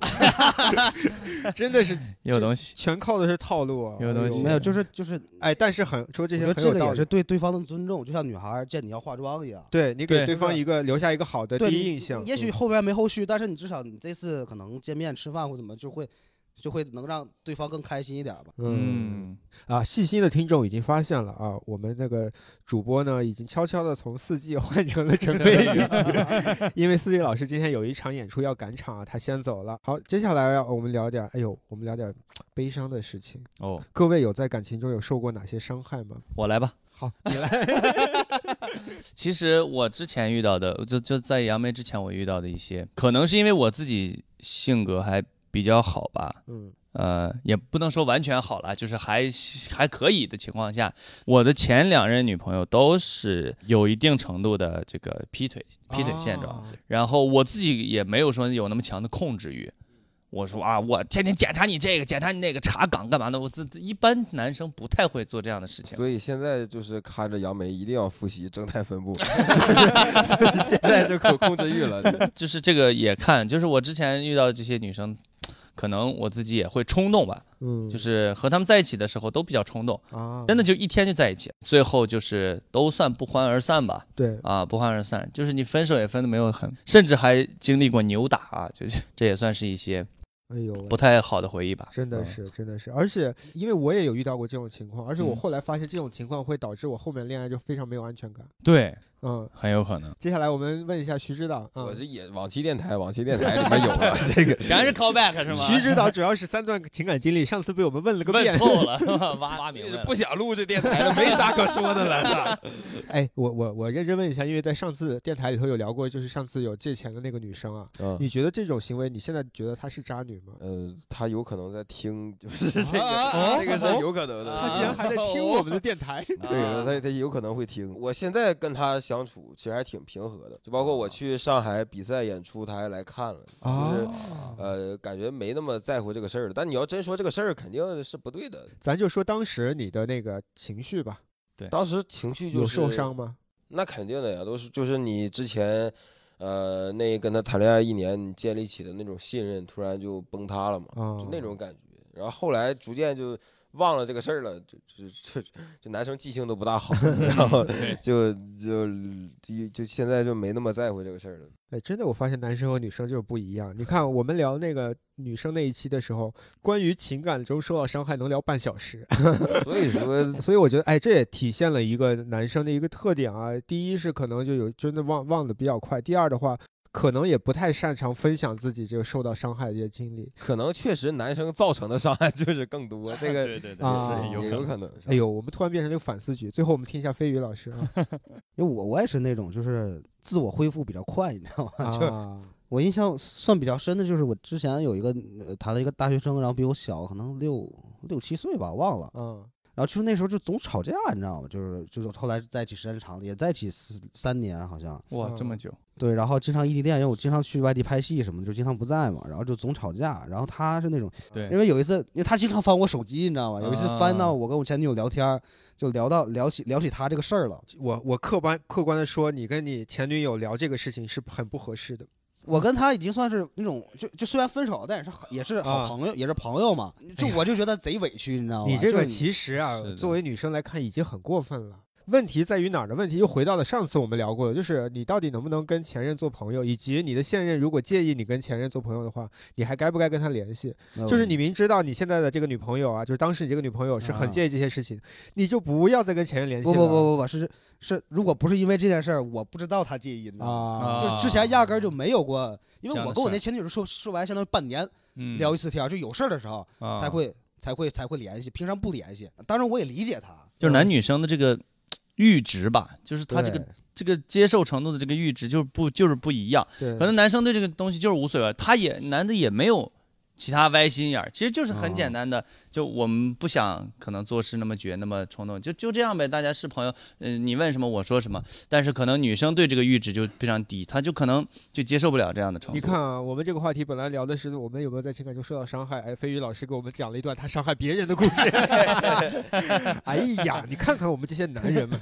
[SPEAKER 2] 真的是
[SPEAKER 4] 有东西，
[SPEAKER 2] 全靠的是套路啊！
[SPEAKER 4] 有东西
[SPEAKER 5] 没
[SPEAKER 2] 哎
[SPEAKER 5] 有，
[SPEAKER 2] 呦
[SPEAKER 5] 就是就是，
[SPEAKER 2] 哎，但是很说这
[SPEAKER 5] 我
[SPEAKER 2] 些
[SPEAKER 5] 觉得
[SPEAKER 2] 很
[SPEAKER 5] 这
[SPEAKER 2] 有
[SPEAKER 5] 个
[SPEAKER 2] 道
[SPEAKER 5] 也
[SPEAKER 2] 理
[SPEAKER 5] 是。对对方的尊重，就像女孩儿见你要化妆一样。
[SPEAKER 2] 对你
[SPEAKER 4] 对
[SPEAKER 2] 给对方一个留下一个好的第
[SPEAKER 5] 对
[SPEAKER 2] 一
[SPEAKER 5] 你
[SPEAKER 2] 印象，
[SPEAKER 5] 也许
[SPEAKER 2] 嗯
[SPEAKER 5] 后边没后续，但是你至少你这次可能见面吃饭或怎么就会就会能让对方更开心一点吧。
[SPEAKER 2] 嗯啊，细心的听众已经发现了啊，我们那个主播呢已经悄悄的从四季换成了陈飞宇， 因为四季老师今天有一场演出要赶场啊，他先走了。好，接下来啊，我们聊点，哎呦，我们聊点悲伤的事情。
[SPEAKER 4] 哦，
[SPEAKER 2] 各位有在感情中有受过哪些伤害吗？
[SPEAKER 4] 我来吧。
[SPEAKER 2] 好，
[SPEAKER 4] 你来。 其实我之前遇到的，就就在杨梅之前，我遇到的一些，可能是因为我自己性格还比较好吧，
[SPEAKER 2] 嗯，
[SPEAKER 4] 呃，也不能说完全好了，就是还还可以的情况下，我的前两任女朋友都是有一定程度的这个劈腿劈腿现状，
[SPEAKER 2] 啊
[SPEAKER 4] 然后我自己也没有说有那么强的控制欲。我说啊，我天天检查你这个，检查你那个，查岗干嘛呢？我自一般男生不太会做这样的事情。啊
[SPEAKER 3] 所以现在就是看着杨梅，一定要复习正态分布，
[SPEAKER 6] 现在就可控制欲了。
[SPEAKER 4] 就是这个也看，就是我之前遇到的这些女生，可能我自己也会冲动吧，
[SPEAKER 2] 嗯，
[SPEAKER 4] 就是和她们在一起的时候都比较冲动，
[SPEAKER 2] 啊，
[SPEAKER 4] 真的就一天就在一起，最后就是都算不欢而散吧，
[SPEAKER 2] 对，嗯
[SPEAKER 4] 啊，不欢而散，就是你分手也分的没有很，甚至还经历过扭打啊，就是这也算是一些
[SPEAKER 2] 哎呦喂，
[SPEAKER 4] 不太好的回忆吧。
[SPEAKER 2] 真的
[SPEAKER 4] 嗯
[SPEAKER 2] 是，真的是，而且因为我也有遇到过这种情况，而且我
[SPEAKER 4] 嗯
[SPEAKER 2] 后来发现这种情况会导致我后面恋爱就非常没有安全感。
[SPEAKER 4] 对，
[SPEAKER 2] 嗯，
[SPEAKER 4] 很有可能，
[SPEAKER 2] 接下来我们问一下徐指导啊
[SPEAKER 3] 我，这也往期电台，往期电台里面有了这个。
[SPEAKER 4] 全是 callback 是吗？
[SPEAKER 2] 徐指 导主要是三段情感经历，上次被我们问了个遍
[SPEAKER 4] 问。透了，是 吧挖挖明白了。
[SPEAKER 3] 不想录这电台了，没啥可说的了。
[SPEAKER 2] 哎，我我我认真问一下，因为在上次电台里头有聊过，就是上次有借钱的那个女生啊，
[SPEAKER 3] 嗯，
[SPEAKER 2] 你觉得这种行为，你现在觉得她是渣女吗？
[SPEAKER 3] 呃，他有可能在听，就是 这个，
[SPEAKER 4] 啊
[SPEAKER 3] 这个是有可能的。
[SPEAKER 4] 他竟然还
[SPEAKER 2] 在听我们的电台，
[SPEAKER 3] 对，
[SPEAKER 4] 啊
[SPEAKER 3] 他他有可能会听。我现在跟他相处其实还挺平和的，就包括我去上海比赛演出，他还来看了，
[SPEAKER 4] 啊
[SPEAKER 2] 哦
[SPEAKER 3] 就是呃，感觉没那么在乎这个事儿了。但你要真说这个事儿，肯定是不对的。
[SPEAKER 2] 咱就说当时你的那个情绪吧，
[SPEAKER 3] 当时情绪就
[SPEAKER 2] 有
[SPEAKER 3] 是
[SPEAKER 2] 受伤吗？
[SPEAKER 3] 那肯定的呀，都是就是你之前，呃，那跟他谈恋爱一年，你建立起的那种信任，突然就崩塌了嘛，
[SPEAKER 2] 啊，
[SPEAKER 3] 就那种感觉。然后后来逐渐就忘了这个事儿了，就就就就就男生记性都不 大好，然后就就就就现在就没那么在乎这个事儿了。
[SPEAKER 2] 哎，真的，我发现男生和女生就是不一样。你看，我们聊那个女生那一期的时候，关于情感中受到伤害能聊半小时，
[SPEAKER 3] 所以说
[SPEAKER 2] 所以我觉得，哎，这也体现了一个男生的一个特点啊。第一是可能就有真的忘忘的比较快，第二的话，可能也不太擅长分享自己这个受到伤害的这些经历。
[SPEAKER 3] 可能确实男生造成的伤害就是更多，这个
[SPEAKER 4] 对
[SPEAKER 2] 对啊
[SPEAKER 3] 也
[SPEAKER 2] 是有
[SPEAKER 3] 有可能。
[SPEAKER 2] 哎呦，我们突然变成这个反思局。最后我们听一下飞宇老 师啊，
[SPEAKER 5] 因为我我也是那种就是自我恢复比较快，你知道吗？ 就是
[SPEAKER 2] 啊
[SPEAKER 5] 我印象算比较深的就是我之前有一个呃谈了一个大学生，然后比我小可能六六七岁吧，忘了。
[SPEAKER 2] 嗯
[SPEAKER 5] 然后就是那时候就总吵架，你知道吗？就是就是后来在一起时间长了，也在一起四三年好像。
[SPEAKER 4] 哇，这么久，
[SPEAKER 5] 对，然后经常异地恋，因为我经常去外地拍戏什么的，就经常不在嘛，然后就总吵架。然后他是那种，
[SPEAKER 4] 对
[SPEAKER 5] 因为有一次，因为他经常翻我手机，你知道吗？有一次翻
[SPEAKER 4] 啊
[SPEAKER 5] 到我跟我前女友聊天儿，就聊到聊起聊起他这个事儿了。
[SPEAKER 2] 我我客观客观的说，你跟你前女友聊这个事情是很不合适的。
[SPEAKER 5] 我跟他已经算是那种，就就虽然分手，但也是好也是
[SPEAKER 2] 啊哎
[SPEAKER 5] 好朋友，也是朋友嘛。就我就觉得贼委屈，你知道吗？
[SPEAKER 2] 你这
[SPEAKER 5] 哦就
[SPEAKER 2] 个
[SPEAKER 5] 是
[SPEAKER 2] 其实啊
[SPEAKER 4] 是的，
[SPEAKER 2] 作为女生来看已经很过分了。问题在于哪儿呢？问题又回到了上次我们聊过的，就是你到底能不能跟前任做朋友，以及你的现任如果介意你跟前任做朋友的话，你还该不该跟他联系？
[SPEAKER 5] 嗯
[SPEAKER 2] 就是你明知道你现在的这个女朋友啊，就是当时你这个女朋友是很
[SPEAKER 5] 啊
[SPEAKER 2] 介意这些事情，你就不要再跟前任联系
[SPEAKER 5] 不
[SPEAKER 2] 了。
[SPEAKER 5] 不不不不是是，如果不是因为这件事儿，我不知道他介意，你知道吗？
[SPEAKER 2] 啊
[SPEAKER 5] 就是之前压根儿就没有过，因
[SPEAKER 4] 这
[SPEAKER 5] 为
[SPEAKER 4] 样
[SPEAKER 5] 我
[SPEAKER 4] 的
[SPEAKER 5] 跟我
[SPEAKER 4] 事儿
[SPEAKER 5] 那前女友说说完，相当于半年
[SPEAKER 2] 嗯
[SPEAKER 4] 嗯
[SPEAKER 5] 聊一次天儿，就有事儿的时候才
[SPEAKER 4] 才
[SPEAKER 5] 会才会才会联系，平常不联系。当然我也理解他，
[SPEAKER 4] 就是男女生的这个阈值吧，就是他这
[SPEAKER 5] 嗯对
[SPEAKER 4] 个这个接受程度的这个阈值就是不就是不一样，
[SPEAKER 2] 对
[SPEAKER 4] 可能男生对这个东西就是无所谓，他也男的也没有其他歪心眼儿，其实就是很
[SPEAKER 3] 啊
[SPEAKER 6] 哦
[SPEAKER 4] 简单的，就我们不想可能做事那么绝那么冲动，就就这样呗，大家是朋友，嗯、你问什么我说什么，但是可能女生对这个阈值就非常低，她就可能就接受不了这样的程度。
[SPEAKER 2] 你看啊，我们这个话题本来聊的是我们有没有在情感中受到伤害。哎，飞宇老师给我们讲了一段他伤害别人的故事。 哎呀，你看看我们这些男人们，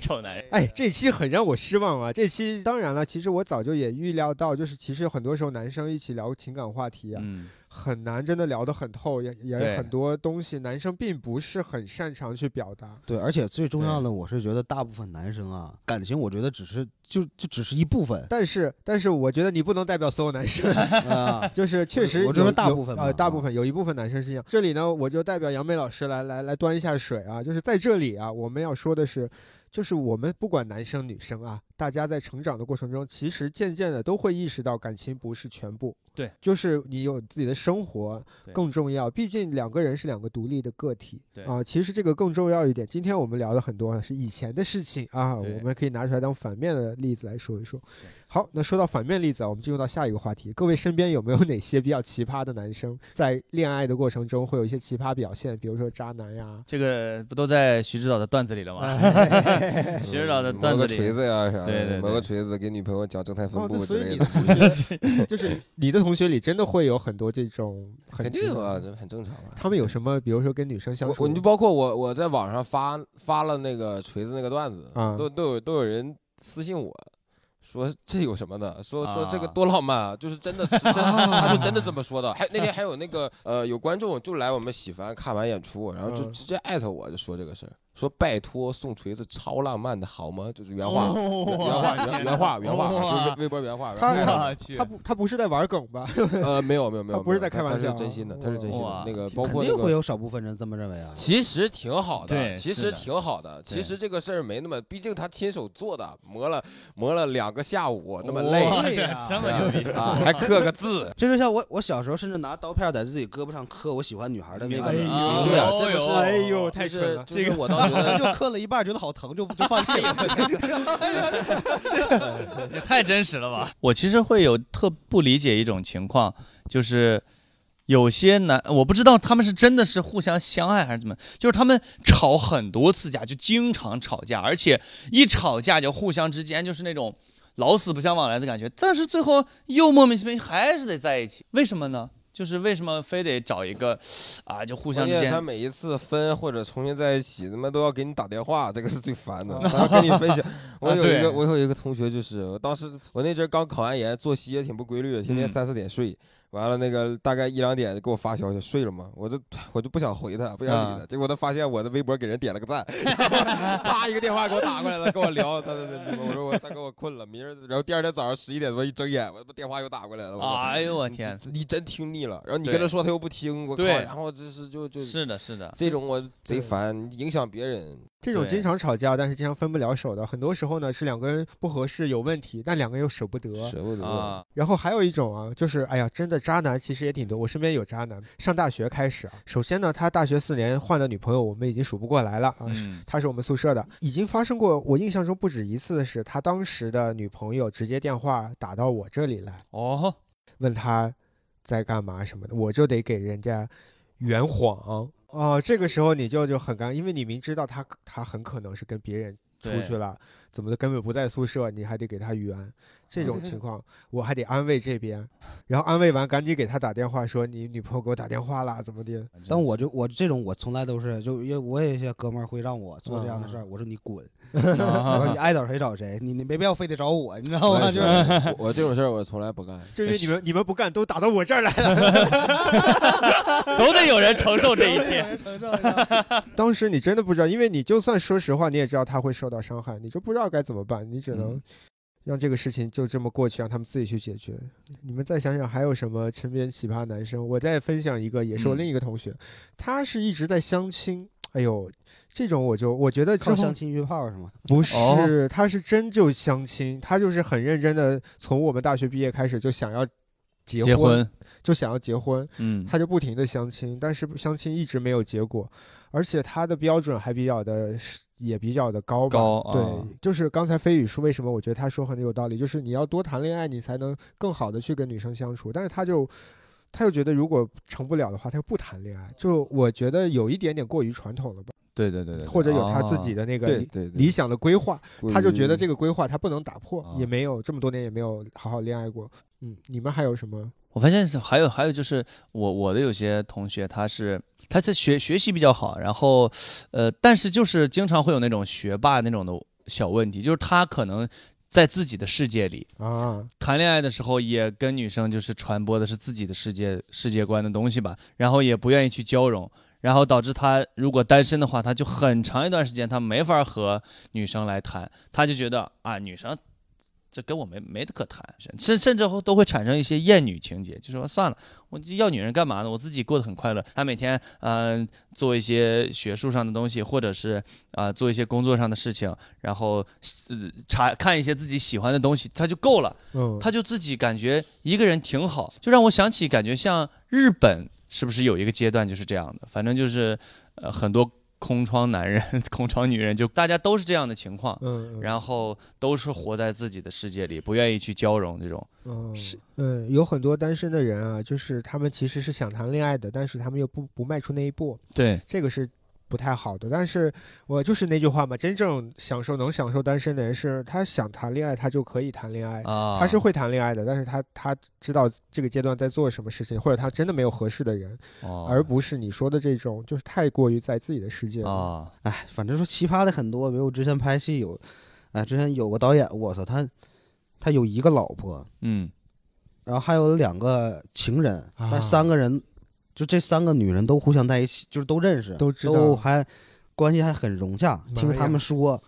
[SPEAKER 4] 臭男人。
[SPEAKER 2] 哎，这期很让我失望啊！这期当然了，其实我早就也预料到，就是其实很多时候男生一起聊情感话题啊，
[SPEAKER 4] 嗯，
[SPEAKER 2] 很难真的聊得很透，也也
[SPEAKER 4] 对
[SPEAKER 2] 很多东西男生并不是很擅长去表达。
[SPEAKER 5] 对，而且最重要的，我是觉得大部分男生啊，感情我觉得只是就就只是一部分
[SPEAKER 2] 但是，但是我觉得你不能代表所有男生，
[SPEAKER 5] 啊。
[SPEAKER 2] 就是确实
[SPEAKER 5] 我我这边
[SPEAKER 2] 有
[SPEAKER 5] 大
[SPEAKER 2] 有
[SPEAKER 5] 部分
[SPEAKER 2] 呃
[SPEAKER 5] 嘛
[SPEAKER 2] 大
[SPEAKER 5] 啊
[SPEAKER 2] 部分有一部分男生是这样。这里呢，我就代表杨梅老师来来来端一下水啊，就是在这里啊，我们要说的是，就是我们不管男生女生啊，大家在成长的过程中，其实渐渐的都会意识到感情不是全部，
[SPEAKER 4] 对，
[SPEAKER 2] 就是你有自己的生活
[SPEAKER 4] 对
[SPEAKER 2] 更重要，毕竟两个人是两个独立的个体，
[SPEAKER 4] 对
[SPEAKER 2] 啊，其实这个更重要一点。今天我们聊的很多啊是以前的事情啊，
[SPEAKER 4] 对
[SPEAKER 2] 我们可以拿出来当反面的例子来说一说。好，那说到反面例子啊，我们进入到下一个话题。各位身边有没有哪些比较奇葩的男生，在恋爱的过程中会有一些奇葩表现，比如说渣男呀？
[SPEAKER 4] 这个不都在徐指导的段子里了吗？ 徐指导的
[SPEAKER 3] 磨
[SPEAKER 4] 段
[SPEAKER 3] 个
[SPEAKER 4] 子
[SPEAKER 3] 锤
[SPEAKER 4] 里，
[SPEAKER 3] 子呀啥
[SPEAKER 4] 对对对
[SPEAKER 3] 的，磨个锤子给女朋友讲正态分
[SPEAKER 2] 哦，那
[SPEAKER 3] 布
[SPEAKER 2] 所
[SPEAKER 3] 之
[SPEAKER 2] 以
[SPEAKER 3] 类
[SPEAKER 2] 你
[SPEAKER 3] 的
[SPEAKER 2] 的，同 学，就是你的同学里真的会有很多这种很
[SPEAKER 3] 肯定有啊，这很正常啊。
[SPEAKER 2] 他们有什么，比如说跟女生相
[SPEAKER 3] 我
[SPEAKER 2] 处，
[SPEAKER 3] 我你就包括我我在网上发发了那个锤子那个段子
[SPEAKER 2] 啊，
[SPEAKER 3] 都都有都有人私信我。说这有什么的？说说这个
[SPEAKER 4] 啊
[SPEAKER 3] 多浪漫啊！就是真的，是 真他是真的这么说的。还那天还有那个呃，有观众就来我们喜凡看完演出，然后就
[SPEAKER 2] 嗯
[SPEAKER 3] 直接艾特我，就说这个事儿，说拜托送锤子超浪漫的好吗？就是原
[SPEAKER 2] 哦
[SPEAKER 3] 话， 原原话原原话原话，就是微微博原话。然
[SPEAKER 2] 他
[SPEAKER 3] 后艾特我
[SPEAKER 4] 我去，
[SPEAKER 2] 他不他不是在玩梗吧？
[SPEAKER 3] 呃，没有没有没有，
[SPEAKER 2] 他不是
[SPEAKER 3] 没
[SPEAKER 2] 在
[SPEAKER 3] 有
[SPEAKER 2] 开玩
[SPEAKER 3] 他
[SPEAKER 2] 笑
[SPEAKER 3] 是真心的，
[SPEAKER 2] 啊
[SPEAKER 3] 他是真心的
[SPEAKER 4] 哇。
[SPEAKER 3] 那个包
[SPEAKER 5] 肯
[SPEAKER 3] 括那
[SPEAKER 5] 定会
[SPEAKER 3] 个，
[SPEAKER 5] 有少部分人这么认为啊。
[SPEAKER 3] 其实挺好的，
[SPEAKER 4] 对
[SPEAKER 3] 其
[SPEAKER 4] 是
[SPEAKER 3] 实
[SPEAKER 4] 的
[SPEAKER 3] 挺好的，其实这个事儿没那么，毕竟他亲手做的，磨了磨了两个下午，那么累
[SPEAKER 4] 哇
[SPEAKER 5] 对
[SPEAKER 4] 这
[SPEAKER 5] 呀，
[SPEAKER 4] 这么牛逼
[SPEAKER 3] 啊，还刻个字
[SPEAKER 5] 这就像我我小时候甚至拿刀片在自己胳膊上刻我喜欢女孩的那个，
[SPEAKER 4] 哎呦
[SPEAKER 5] 啊
[SPEAKER 3] 对啊，
[SPEAKER 4] 哦
[SPEAKER 3] 这个
[SPEAKER 4] 呦
[SPEAKER 3] 是
[SPEAKER 2] 哎呦，
[SPEAKER 3] 就
[SPEAKER 2] 太
[SPEAKER 3] 是
[SPEAKER 2] 蠢了！
[SPEAKER 3] 就是我倒觉得。
[SPEAKER 5] 就刻了一半觉得好疼，就就放弃了。
[SPEAKER 4] 也太真实了吧！我其实会有特不理解一种情况，就是有些男，我不知道他们是真的是互相相爱还是怎么，就是他们吵很多次架，就经常吵架，而且一吵架就互相之间就是那种老死不相往来的感觉，但是最后又莫名其妙还是得在一起，为什么呢？就是为什么非得找一个啊，就互相
[SPEAKER 3] 关
[SPEAKER 4] 之
[SPEAKER 3] 键
[SPEAKER 4] 间
[SPEAKER 3] 他每一次分或者重新在一起，他妈都要给你打电话，这个是最烦的。他要跟你分 享，我有一
[SPEAKER 4] 啊对
[SPEAKER 3] 个我有一个同学，就是我当时我那阵儿刚考完研，作息也挺不规律的，天天
[SPEAKER 4] 嗯
[SPEAKER 3] 三四点睡，完了那个大概一两点给我发消息，睡了吗？我就我就不想回他，不想理他。
[SPEAKER 4] 啊
[SPEAKER 3] 结果他发现我的微博给人点了个赞，然后啪一个电话给我打过来了，跟我聊，他他他我说我大哥我困了，明儿然后第二天早上十一点多一睁眼，我他妈电话又打过来了，我说
[SPEAKER 4] 哎呦我
[SPEAKER 3] 你
[SPEAKER 4] 天，！
[SPEAKER 3] 你真听腻了，然后你
[SPEAKER 4] 对
[SPEAKER 3] 跟他说他又不听，我靠，
[SPEAKER 4] 对
[SPEAKER 3] 然后这是就就是
[SPEAKER 4] 的，是的，
[SPEAKER 3] 这种我贼烦，影响别人。
[SPEAKER 2] 这种经
[SPEAKER 4] 对
[SPEAKER 2] 常吵架，但是经常分不了手的，很多时候呢是两个人不合适有问题，但两个人又舍不得。
[SPEAKER 3] 舍不得
[SPEAKER 4] 啊，
[SPEAKER 2] 然后还有一种啊，就是哎呀，真的渣男其实也挺多。我身边有渣男，上大学开始啊，首先呢，他大学四年换的女朋友我们已经数不过来了啊。是
[SPEAKER 4] 嗯，
[SPEAKER 2] 他是我们宿舍的，已经发生过。我印象中不止一次的是，他当时的女朋友直接电话打到我这里来，
[SPEAKER 4] 哦，
[SPEAKER 2] 问他在干嘛什么的，我就得给人家圆谎啊。这个时候你就就很尴尬，因为你明知道他他很可能是跟别人出
[SPEAKER 4] 对
[SPEAKER 2] 去了，怎么的根本不在宿舍，你还得给他圆。这种 情况，我还得安慰这边，然后安慰完赶紧给他打电话说你女朋友给我打电话啦，怎么
[SPEAKER 4] 哎
[SPEAKER 2] 的？
[SPEAKER 5] 但我就我这种我从来都是就因为我有一些哥们儿会让我做这样
[SPEAKER 4] 啊
[SPEAKER 5] 的事儿，我说你 滚，我说你爱找谁找谁，你你没必要非得找我，你知道
[SPEAKER 3] 我
[SPEAKER 5] 吗？
[SPEAKER 3] 也
[SPEAKER 5] 就是是
[SPEAKER 3] 我我这种事儿我从来不干。
[SPEAKER 4] 哎
[SPEAKER 2] 至于你们你们不干都打到我这儿来 了。
[SPEAKER 4] 总得有人承受这一切。
[SPEAKER 2] 当时你真的不知道，因为你就算说实话，你也知道他会受到伤害，你就不知道该怎么办，你只能
[SPEAKER 4] 嗯
[SPEAKER 2] 让这个事情就这么过去，让他们自己去解决。你们再想想还有什么身边奇葩男生？我再分享一个，也是我
[SPEAKER 4] 嗯
[SPEAKER 2] 另一个同学，他是一直在相亲。哎呦，这种我就我觉得之
[SPEAKER 5] 靠
[SPEAKER 2] 后
[SPEAKER 5] 相亲约炮是吗？
[SPEAKER 2] 不是，
[SPEAKER 4] 哦
[SPEAKER 2] 他是真就相亲，他就是很认真的，从我们大学毕业开始就想要结
[SPEAKER 4] 结婚，
[SPEAKER 2] 就想要结婚，
[SPEAKER 4] 嗯，
[SPEAKER 2] 他就不停的相亲，但是相亲一直没有结果，而且他的标准还比较的是，也比较的高吧。
[SPEAKER 4] 高
[SPEAKER 2] 对
[SPEAKER 4] 啊，
[SPEAKER 2] 就是刚才飞宇说，为什么我觉得他说很有道理，就是你要多谈恋爱，你才能更好的去跟女生相处。但是他就他又觉得如果成不了的话，他又不谈恋爱。就我觉得有一点点过于传统了吧，
[SPEAKER 3] 对对对对，
[SPEAKER 2] 或者有他自
[SPEAKER 4] 哦啊
[SPEAKER 2] 己的那个
[SPEAKER 3] 对
[SPEAKER 2] 理
[SPEAKER 3] 对
[SPEAKER 2] 理想的规划，他就觉
[SPEAKER 4] 嗯
[SPEAKER 2] 得这
[SPEAKER 3] 个
[SPEAKER 2] 个规划他不能打破
[SPEAKER 3] 啊，
[SPEAKER 2] 也没有这么多年也没有好好恋爱过。嗯，你们还有什么？
[SPEAKER 4] 我发现是还有还有就是我我的有些同学他是他是学学习比较好，然后呃，但是就是经常会有那种学霸那种的小问题，就是他可能在自己的世界里
[SPEAKER 2] 啊，
[SPEAKER 4] 谈恋爱的时候，也跟女生就是传播的是自己的世界世界观的东西吧，然后也不愿意去交融。然后导致他如果单身的话，他就很长一段时间他没法和女生来谈，他就觉得啊，女生这跟我没没得可谈，甚甚至都会产生一些厌女情节，就说算了，我就要女人干嘛呢？我自己过得很快乐。他每天嗯、呃做一些学术上的东西，或者是啊、呃做一些工作上的事情，然后、呃、查看一些自己喜欢的东西，他就够了。
[SPEAKER 2] 嗯，
[SPEAKER 4] 他就自己感觉一个人挺好，就让我想起感觉像日本是不是有一个阶段就是这样的，反正就是呃很多空窗男人、 空窗女人，就大家都是这样的情况，
[SPEAKER 2] 嗯，
[SPEAKER 4] 然后都是活在自己的世界里，不愿意去交融这种。
[SPEAKER 2] 嗯
[SPEAKER 4] 是
[SPEAKER 2] 嗯，有很多单身的人啊，就是他们其实是想谈恋爱的，但是他们又不不迈出那一步，
[SPEAKER 4] 对，
[SPEAKER 2] 这个是不太好的。但是我就是那句话嘛，真正享受能享受单身的人是，他想谈恋爱，他就可以谈恋爱。
[SPEAKER 4] 啊，
[SPEAKER 2] 他是会谈恋爱的，但是他他知道这个阶段在做什么事情，或者他真的没有合适的人，
[SPEAKER 4] 哦，
[SPEAKER 2] 而不是你说的这种，就是太过于在自己的世界里。
[SPEAKER 4] 啊，
[SPEAKER 5] 哎，反正说奇葩的很多，比如我之前拍戏有，哎，之前有个导演，我操，他他有一个老婆，
[SPEAKER 4] 嗯，
[SPEAKER 5] 然后还有两个情人，
[SPEAKER 2] 啊
[SPEAKER 5] 但三个人就这三个女人都互相在一起，就是都认识，
[SPEAKER 2] 都知道
[SPEAKER 5] 还关系还很融洽。
[SPEAKER 2] 妈
[SPEAKER 5] 听他
[SPEAKER 2] 呀
[SPEAKER 5] 们说，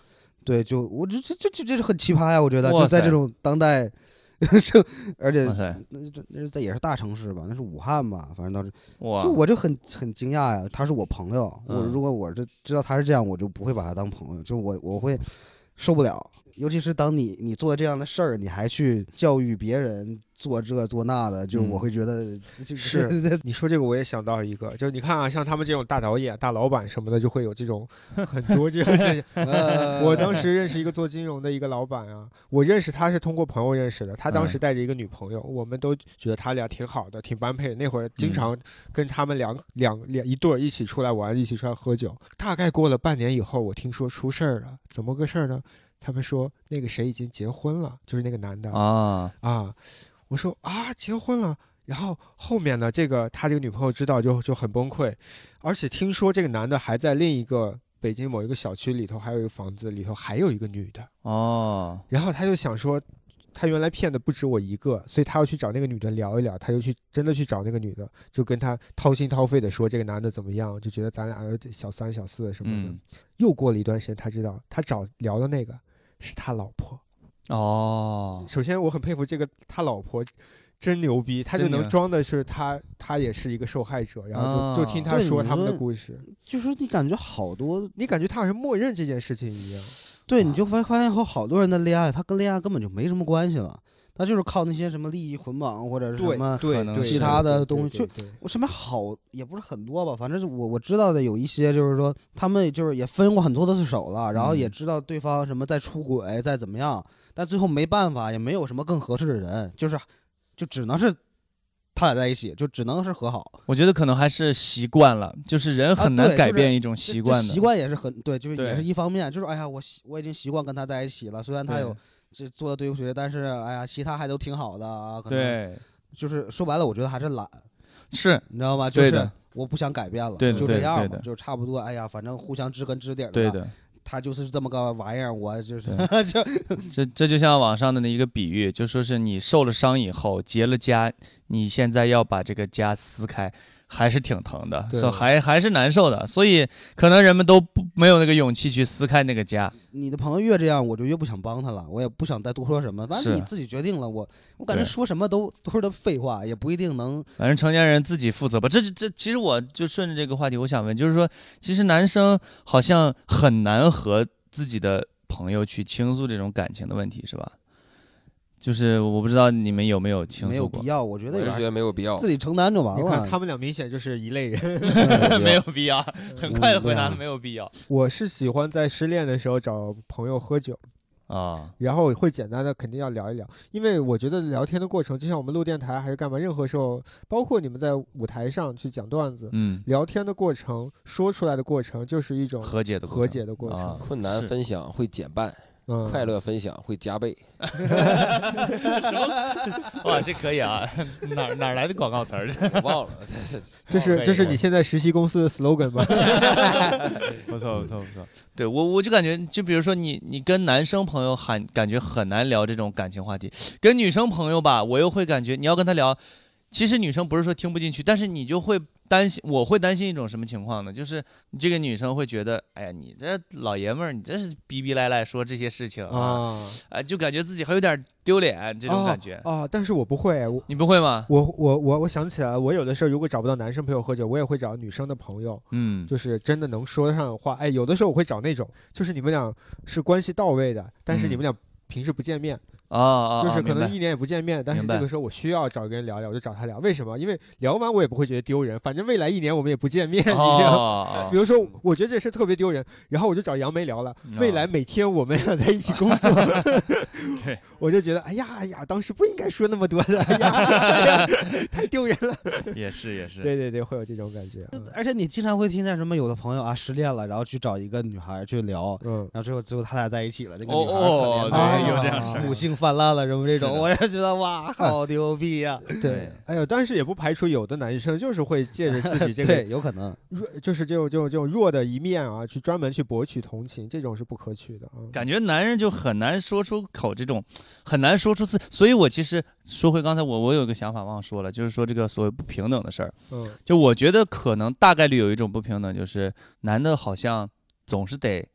[SPEAKER 5] 对，就我这这这这这是很奇葩呀，我觉得
[SPEAKER 4] 哇
[SPEAKER 5] 就在
[SPEAKER 4] 塞
[SPEAKER 5] 这种当代 是，而且
[SPEAKER 4] 哇塞，
[SPEAKER 5] 那这那是在也是大城市吧，那是武汉吧，反正当时
[SPEAKER 4] 哇，
[SPEAKER 5] 就我就很很惊讶呀，他是我朋友，我
[SPEAKER 4] 嗯
[SPEAKER 5] 如果我这知道他是这样，我就不会把他当朋友，就我我会受不了。尤其是当你你做这样的事儿，你还去教育别人做这做那的，就
[SPEAKER 4] 嗯
[SPEAKER 5] 我会觉得这
[SPEAKER 2] 是你说这个我也想到一个，就是你看啊，像他们这种大导演、大老板什么的，就会有这种很多这种现象。
[SPEAKER 5] 呃
[SPEAKER 2] 我当时认识一个做金融的一个老板啊，我认识他是通过朋友认识的，他当时带着一个女朋友，我们都觉得他俩挺好的，挺般配的。那会儿经常跟他们两两两一对儿一起出来玩，一起出来喝酒。大概过了半年以后，我听说出事儿了，怎么个事儿呢？他们说那个谁已经结婚了，就是那个男的
[SPEAKER 4] 啊，
[SPEAKER 2] 啊，我说啊，结婚了。然后后面呢，这个他这个女朋友知道就就很崩溃，而且听说这个男的还在另一个北京某一个小区里头还有一个房子里头还有一个女的，
[SPEAKER 4] 哦，
[SPEAKER 2] 然后他就想说，他原来骗的不止我一个，所以他要去找那个女的聊一聊，他就去真的去找那个女的，就跟他掏心掏肺的说这个男的怎么样，就觉得咱俩呃小三小四什么的。
[SPEAKER 4] 嗯，
[SPEAKER 2] 又过了一段时间，他知道他找聊的那个是他老婆。
[SPEAKER 4] 哦，
[SPEAKER 2] 首先，我很佩服这个他老婆，真牛逼，他就
[SPEAKER 4] 真牛
[SPEAKER 2] 能装的是他，他也是一个受害者，然后就就
[SPEAKER 4] 啊
[SPEAKER 2] 听他
[SPEAKER 5] 对
[SPEAKER 2] 说
[SPEAKER 5] 你
[SPEAKER 2] 他们的
[SPEAKER 5] 说
[SPEAKER 2] 故事，
[SPEAKER 5] 就是你感觉好多，
[SPEAKER 2] 你感觉他好像默认这件事情一样。
[SPEAKER 5] 对，你就发发现后好多人的恋爱，他跟恋爱根本就没什么关系了，他就是靠那些什么利益捆绑或者是什么。
[SPEAKER 4] 可能
[SPEAKER 2] 对
[SPEAKER 4] 是
[SPEAKER 5] 其他的东西
[SPEAKER 2] 对对
[SPEAKER 5] 我身边好也不是很多吧，反正就我我知道的有一些，就是说他们就是也分过很多次手了，然后也
[SPEAKER 4] 嗯
[SPEAKER 5] 知道对方什么在出轨，在怎么样，但最后没办法，也没有什么更合适的人，就是就只能是他俩在一起，就只能是和好。
[SPEAKER 4] 我觉得可能还是习惯了，就是人很
[SPEAKER 5] 啊
[SPEAKER 4] 难
[SPEAKER 5] 对
[SPEAKER 4] 改
[SPEAKER 5] 就是
[SPEAKER 4] 变一种
[SPEAKER 5] 这
[SPEAKER 4] 习
[SPEAKER 5] 这
[SPEAKER 4] 惯的。
[SPEAKER 5] 习惯也是很对，就是
[SPEAKER 4] 对
[SPEAKER 5] 也是一方面，就是哎呀，我习我已经习惯跟他在一起了，虽然他
[SPEAKER 4] 对
[SPEAKER 5] 有这做的对不起，但是哎呀，其他还都挺好的啊。可能
[SPEAKER 4] 对，
[SPEAKER 5] 就是说白了，我觉得还是懒，
[SPEAKER 4] 是，
[SPEAKER 5] 你知道吗？就
[SPEAKER 4] 对
[SPEAKER 5] 是
[SPEAKER 4] 的
[SPEAKER 5] 我不想改变了，
[SPEAKER 4] 对的
[SPEAKER 5] 就
[SPEAKER 4] 对
[SPEAKER 5] 这
[SPEAKER 4] 的对
[SPEAKER 5] 样吧
[SPEAKER 4] 的，
[SPEAKER 5] 就差不多。哎呀，反正互相知根知底儿
[SPEAKER 4] 对
[SPEAKER 5] 吧
[SPEAKER 4] 的。
[SPEAKER 5] 他就是这么个玩意儿，我就是
[SPEAKER 4] 对
[SPEAKER 5] 就
[SPEAKER 4] 这这就像网上的那一个比喻，就说是你受了伤以后结了痂，你现在要把这个痂撕开，还是挺疼的，
[SPEAKER 2] 对
[SPEAKER 4] 所以还还是难受的，所以可能人们都不没有那个勇气去撕开那个痂。
[SPEAKER 5] 你的朋友越这样，我就越不想帮他了，我也不想再多说什么，反正
[SPEAKER 4] 是啊
[SPEAKER 5] 你自己决定了。我我感觉
[SPEAKER 4] 对
[SPEAKER 5] 说什么都都是他废话，也不一定能
[SPEAKER 4] 反正成年人自己负责吧。这这其实我就顺着这个话题，我想问，就是说，其实男生好像很难和自己的朋友去倾诉这种感情的问题，是吧？就是我不知道你们有没有倾
[SPEAKER 5] 没有
[SPEAKER 4] 诉
[SPEAKER 5] 必
[SPEAKER 4] 过，
[SPEAKER 5] 要，我觉
[SPEAKER 3] 我
[SPEAKER 5] 得
[SPEAKER 3] 是
[SPEAKER 5] 有
[SPEAKER 3] 觉
[SPEAKER 5] 点
[SPEAKER 3] 得没有必要，
[SPEAKER 5] 自己承担就完
[SPEAKER 2] 你看
[SPEAKER 5] 了。
[SPEAKER 2] 他们俩明显就是一类人。
[SPEAKER 4] 没有必 要，很快的回答
[SPEAKER 5] 嗯对啊
[SPEAKER 4] 没有必要
[SPEAKER 2] 我是喜欢在失恋的时候找朋友喝酒，
[SPEAKER 4] 啊，
[SPEAKER 2] 然后会简单的肯定要聊一聊，因为我觉得聊天的过程，就像我们录电台还是干嘛，任何时候，包括你们在舞台上去讲段子，
[SPEAKER 4] 嗯，
[SPEAKER 2] 聊天的过程，说出来的过程，就是一种
[SPEAKER 4] 和解的过
[SPEAKER 2] 和
[SPEAKER 4] 程
[SPEAKER 2] 解的过程
[SPEAKER 4] 啊
[SPEAKER 3] 困难
[SPEAKER 4] 是
[SPEAKER 3] 分享会减半，
[SPEAKER 2] 嗯，
[SPEAKER 3] 快乐分享会加倍。
[SPEAKER 4] 哇，这可以啊，哪儿哪儿来的广告词儿？
[SPEAKER 3] 我忘了，这是
[SPEAKER 2] 这
[SPEAKER 4] 哦
[SPEAKER 2] 是这是你现在实习公司的 slogan 吗？
[SPEAKER 4] 不错不错不错。对我我就感觉，就比如说你你跟男生朋友很感觉很难聊这种感情话题，跟女生朋友吧，我又会感觉你要跟她聊，其实女生不是说听不进去，但是你就会担心，我会担心一种什么情况呢？就是你这个女生会觉得，哎呀，你这老爷们儿，你这是逼逼赖赖说这些事情啊，
[SPEAKER 2] 啊，
[SPEAKER 4] 啊，就感觉自己还有点丢脸这种感觉。
[SPEAKER 2] 啊，但是我不会，我
[SPEAKER 4] 你不会吗？
[SPEAKER 2] 我我我我想起来了，我有的时候如果找不到男生朋友喝酒，我也会找女生的朋友，
[SPEAKER 4] 嗯，
[SPEAKER 2] 就是真的能说上话。哎，有的时候我会找那种，就是你们俩是关系到位的，但是你们俩平时不见面，
[SPEAKER 4] 啊啊，
[SPEAKER 2] 就是可
[SPEAKER 4] 啊嗯明白
[SPEAKER 2] 能一年也不见面，但是
[SPEAKER 4] 明白
[SPEAKER 2] 这个时候我需要找一个人聊聊，我就找他聊。为什么？因为聊完我也不会觉得丢人，反正未来一年我们也不见面，你知道吗？
[SPEAKER 4] 哦
[SPEAKER 2] 比，如说，我觉得这事特别丢人，然后我就找杨梅聊了。
[SPEAKER 4] 啊
[SPEAKER 2] 未
[SPEAKER 4] 哦
[SPEAKER 2] 来每天我们俩在一起工作，
[SPEAKER 4] 对，
[SPEAKER 2] 我就觉得，哎呀哎呀，当时不应该说那么多的，哎呀，哎 呀太丢人了。
[SPEAKER 4] 也是也是，
[SPEAKER 2] 对对对，会有这种感觉。嗯
[SPEAKER 5] 而且你经常会听见什么有的朋友啊失恋了，然后去找一个女孩去聊，
[SPEAKER 2] 嗯，
[SPEAKER 5] 然后最后最后他俩在一起了，那个
[SPEAKER 4] 哦哦对
[SPEAKER 5] 女孩可怜她
[SPEAKER 2] 有这样事儿
[SPEAKER 5] 母性泛滥了什么这
[SPEAKER 4] 是
[SPEAKER 5] 种，
[SPEAKER 4] 的
[SPEAKER 5] 我也觉得 哇，好牛逼啊呀！
[SPEAKER 2] 对。哎呦，但是也不排除有的男生就是会借着自己这个
[SPEAKER 5] 对，有可能。
[SPEAKER 2] 弱，就是这种这种这种弱的一面啊，去专门去博取同情，这种是不可取的啊。
[SPEAKER 4] 感觉男人就很难说出口这种，很难说出自，所以我其实说回刚才我我有一个想法忘说了，就是说这个所谓不平等的事儿，
[SPEAKER 2] 嗯
[SPEAKER 4] 就我觉得可能大概率有一种不平等，就是男的好像总是得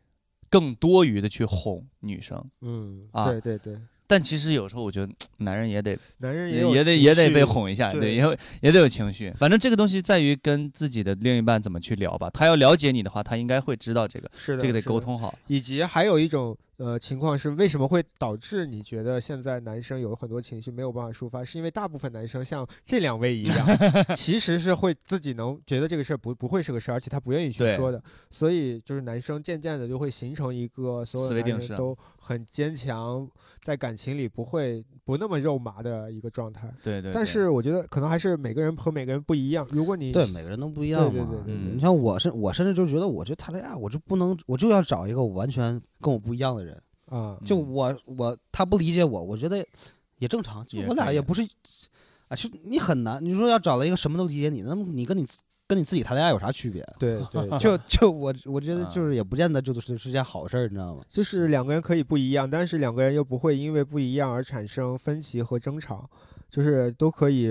[SPEAKER 4] 更多余的去哄女生，
[SPEAKER 2] 嗯，
[SPEAKER 4] 啊
[SPEAKER 2] 对对对，
[SPEAKER 4] 但其实有时候我觉得男人也得
[SPEAKER 2] 男人有
[SPEAKER 4] 也得
[SPEAKER 2] 情
[SPEAKER 4] 也得
[SPEAKER 2] 绪
[SPEAKER 4] 被。哄一下，
[SPEAKER 2] 对
[SPEAKER 4] 对，也有也得有情绪。反正这个东西在于跟自己的另一半怎么去聊吧，他要了解你的话，他应该会知道这个，
[SPEAKER 2] 是的，
[SPEAKER 4] 这个得
[SPEAKER 2] 是
[SPEAKER 4] 沟
[SPEAKER 2] 的。
[SPEAKER 4] 通好。
[SPEAKER 2] 以及还有一种呃情况是，为什么会导致你觉得现在男生有很多情绪没有办法抒发？是因为大部分男生像这两位一 样，其实是会自己能觉得这个事儿不不会是个事儿，而且他不愿意去
[SPEAKER 4] 对
[SPEAKER 2] 说的。所以就是男生渐渐的就会形成一个所有
[SPEAKER 4] 思维
[SPEAKER 2] 男
[SPEAKER 4] 定
[SPEAKER 2] 人
[SPEAKER 4] 式
[SPEAKER 2] 都很坚强，在感情里不会不那么肉麻的一个状态。
[SPEAKER 4] 对对，
[SPEAKER 2] 但
[SPEAKER 4] 对
[SPEAKER 2] 是我觉得可能还是每个人和每个人不一样。如果你
[SPEAKER 5] 对，每个人都不一样
[SPEAKER 2] 对
[SPEAKER 5] 嘛。嗯
[SPEAKER 2] 对
[SPEAKER 4] 对
[SPEAKER 5] 你像我是，我甚至就觉得，我就谈恋爱，我就不能，我就要找一个完全跟我不一样的人。
[SPEAKER 2] 啊，
[SPEAKER 5] 就
[SPEAKER 4] 嗯
[SPEAKER 5] 我我他不理解我，我觉得也正常。就
[SPEAKER 4] 也
[SPEAKER 5] 我
[SPEAKER 4] 可
[SPEAKER 5] 俩
[SPEAKER 4] 以
[SPEAKER 5] 也不是，啊，就你很难。你说要找了一个什么都理解你，那么你跟你自跟你自己谈恋爱有啥区别？啊嗯
[SPEAKER 2] 对对，
[SPEAKER 5] 就就我我觉得
[SPEAKER 4] 啊
[SPEAKER 5] 就是也不见得就是是件好事儿，你知道 吗？
[SPEAKER 2] 就是两个人可以不一样，但是两个人又不会因为不一样而产生分歧和争吵，就是都可以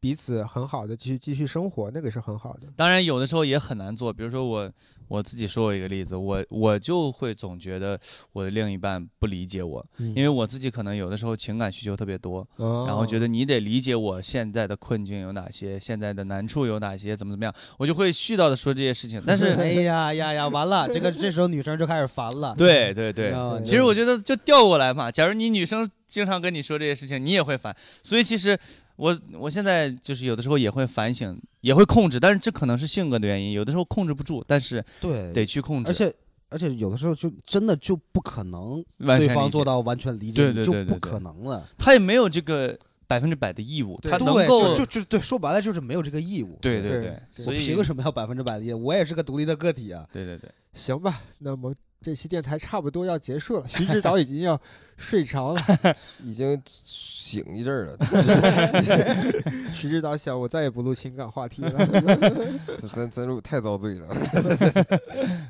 [SPEAKER 2] 彼此很好的继续继续生活，那个是很好的。
[SPEAKER 4] 当然，有的时候也很难做。比如说我我自己说我一个例子，我我就会总觉得我的另一半不理解我，
[SPEAKER 2] 嗯
[SPEAKER 4] 因为我自己可能有的时候情感需求特别多，然
[SPEAKER 2] 然
[SPEAKER 4] 后觉得你得理解我现在的困境有哪些，现在的难处有哪些，怎么怎么样，我就会絮叨的说这些事情。但是，
[SPEAKER 5] 哎呀呀呀，完了，这个这时候女生就开始烦了。
[SPEAKER 4] 对对
[SPEAKER 5] 你知
[SPEAKER 4] 对，
[SPEAKER 5] 道吗，
[SPEAKER 2] 对
[SPEAKER 4] 其实我觉得就调过来嘛，假如你女生经常跟你说这些事情，你也会烦。所以其实我我现在就是有的时候也会反省，也会控制，但是这可能是性格的原因，有的时候控制不住，但是
[SPEAKER 5] 对
[SPEAKER 4] 得去控制，
[SPEAKER 5] 而且而且有的时候就真的就不可能
[SPEAKER 4] 完全
[SPEAKER 5] 对方
[SPEAKER 4] 哎理解
[SPEAKER 5] 做，到完全理
[SPEAKER 4] 对
[SPEAKER 5] 解，
[SPEAKER 4] 对
[SPEAKER 5] 你
[SPEAKER 4] 对
[SPEAKER 5] 就
[SPEAKER 4] 对
[SPEAKER 5] 不
[SPEAKER 4] 对
[SPEAKER 5] 可能了。
[SPEAKER 4] 他也没有这个百分之百的义务，他能
[SPEAKER 5] 对
[SPEAKER 4] 够
[SPEAKER 5] 就就就对，说白了就是没有这个义务。
[SPEAKER 4] 对
[SPEAKER 2] 对
[SPEAKER 4] 对，
[SPEAKER 5] 我
[SPEAKER 4] 所以
[SPEAKER 5] 凭什么要百分之百的义务？我也是个独立的个体啊。
[SPEAKER 4] 对对对，
[SPEAKER 2] 行吧，那么这期电台差不多要结束了，徐指导已经要睡 着了。
[SPEAKER 3] 已经醒一阵儿了，
[SPEAKER 2] 徐指导想，我再也不录情感话题 了。
[SPEAKER 3] 这咱咱录太遭罪了。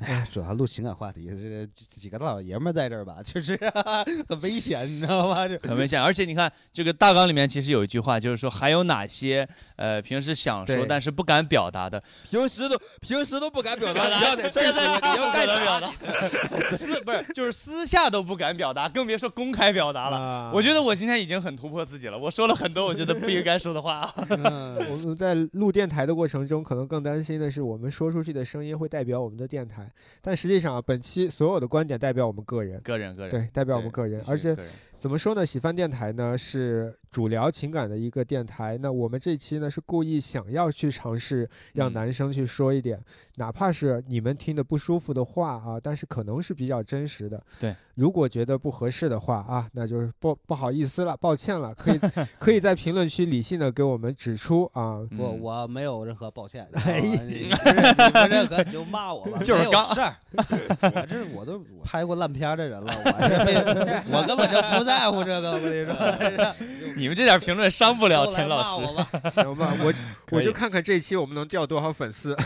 [SPEAKER 5] 哎，主要录情感话题，这这几个大老爷们儿在这儿吧，就是 很危险，你知道吗？ 就
[SPEAKER 4] 很危险。而且你看这个大纲里面其实有一句话，就是说还有哪些呃平时想说
[SPEAKER 2] 对
[SPEAKER 4] 但是不敢表达的，
[SPEAKER 3] 平时都平时都不敢表达，
[SPEAKER 4] 达
[SPEAKER 3] 你要在这儿说，你要干啥？
[SPEAKER 4] 私不是就是私下都不敢表达，更别说公开表达了。
[SPEAKER 2] 啊
[SPEAKER 4] 我觉得我今天已经很突破自己了，我说了很多我觉得不应该说的话。啊
[SPEAKER 5] 嗯
[SPEAKER 2] 我们在录电台的过程中，可能更担心的是，我们说出去的声音会代表我们的电台，但实际上啊，本期所有的观点代表我们个人，
[SPEAKER 4] 个人个人，
[SPEAKER 2] 对，代表我们
[SPEAKER 4] 对
[SPEAKER 2] 个人，
[SPEAKER 4] 必须
[SPEAKER 2] 而且
[SPEAKER 4] 个人
[SPEAKER 2] 怎么说呢？喜翻电台呢是主聊情感的一个电台。那我们这期呢是故意想要去尝试让
[SPEAKER 4] 嗯
[SPEAKER 2] 男生去说一点，哪怕是你们听的不舒服的话啊，但是可能是比较真实的。
[SPEAKER 4] 对，
[SPEAKER 2] 如果觉得不合适的话啊，那就是不不好意思了，抱歉了， 可以可以在评论区理性的给我们指出 啊。
[SPEAKER 4] 嗯
[SPEAKER 5] 我我没有任何抱歉，
[SPEAKER 2] 哎
[SPEAKER 5] 哎，
[SPEAKER 2] 呀
[SPEAKER 5] 你们任何你就骂我吧，
[SPEAKER 4] 就是
[SPEAKER 5] 没有
[SPEAKER 4] 刚
[SPEAKER 5] 事儿。我这我都我拍过烂片儿的人了，我 这没有，我根本就不在乎这个。我跟你说，
[SPEAKER 4] 你们这点评论伤不了
[SPEAKER 5] 都来
[SPEAKER 4] 陈老
[SPEAKER 5] 骂
[SPEAKER 4] 师
[SPEAKER 5] 我。吧，
[SPEAKER 2] 行吧，我
[SPEAKER 4] 可
[SPEAKER 2] 我就
[SPEAKER 4] 以
[SPEAKER 2] 看看这一期我们能调多少粉 丝。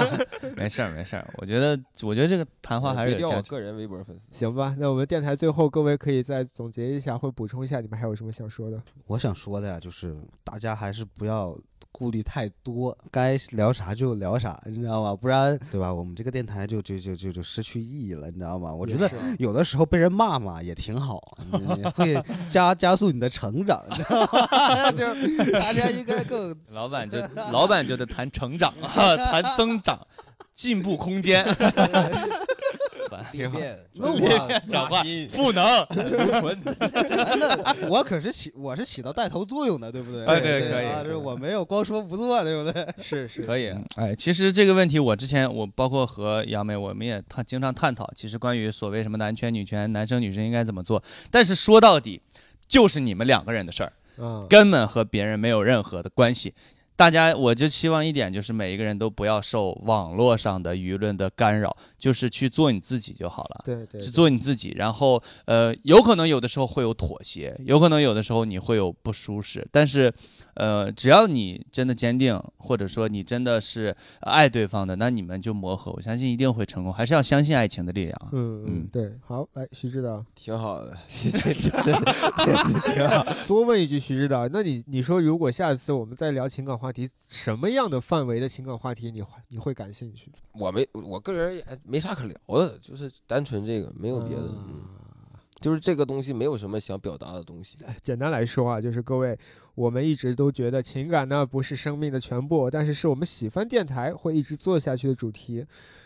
[SPEAKER 4] 没事儿，没事儿。我觉得，我觉得这个谈话还是
[SPEAKER 3] 别
[SPEAKER 4] 有
[SPEAKER 3] 掉
[SPEAKER 4] 价
[SPEAKER 3] 我
[SPEAKER 4] 值。
[SPEAKER 3] 个人微博粉丝。
[SPEAKER 2] 行吧，那我们电台最后各位可以再总结一下，或补充一下你们还有什么想说的。
[SPEAKER 5] 我想说的呀，就是大家还是不要顾虑太多，该聊啥就聊啥，你知道吗？不 然对吧？我们这个电台就就就就就失去意义了，你知道吗？我觉得有的时候被人骂骂也挺好，你你 会加加速你的成长，你知道吗？ 就是大家应该更
[SPEAKER 4] 老板 就老板就得谈成长啊，谈增长、进步空 间。
[SPEAKER 3] 地面
[SPEAKER 5] 那我
[SPEAKER 4] 转 化
[SPEAKER 3] 心
[SPEAKER 4] 赋能，
[SPEAKER 3] 留存，
[SPEAKER 5] 那我可是起我是起到带头作用的，对不对？
[SPEAKER 4] 哎对
[SPEAKER 5] 对
[SPEAKER 4] 可以
[SPEAKER 5] 啊这我没有光说不做，对不对？
[SPEAKER 2] 是是，
[SPEAKER 4] 可以。哎，其实这个问题我之前我包括和杨梅，我们也探经常探讨，其实关于所谓什么男权女权、男生女生应该怎么做，但是说到底就是你们两个人的事儿，
[SPEAKER 2] 嗯，
[SPEAKER 4] 根本和别人没有任何的关系。大家，我就期望一点，就是每一个人都不要受网络上的舆论的干扰，就是去做你自己就好了。
[SPEAKER 2] 啊对对，
[SPEAKER 4] 去
[SPEAKER 2] 对
[SPEAKER 4] 做你自己，然后呃，有可能有的时候会有妥协，有可能有的时候你会有不舒适，但是呃，只要你真的坚定，或者说你真的是爱对方的，那你们就磨合，我相信一定会成功，还是要相信爱情的力量啊。
[SPEAKER 2] 嗯嗯
[SPEAKER 4] 嗯
[SPEAKER 2] 对，好，来徐指导，
[SPEAKER 3] 挺好的。
[SPEAKER 2] 多问一句徐指导，那你你说如果下次我们再聊情感话题，什么样的范围的情感话题你会你会感兴趣？
[SPEAKER 3] 我没，我个人也没啥可聊的，就是单纯这个，没
[SPEAKER 2] 没
[SPEAKER 3] 有别的。嗯就是这个东西没有什么想表达的东西。
[SPEAKER 2] 简单来说啊，就是各位，我们一直都觉得情感呢不是生命的全部，但是是我们喜欢电台会一直做下去的主题。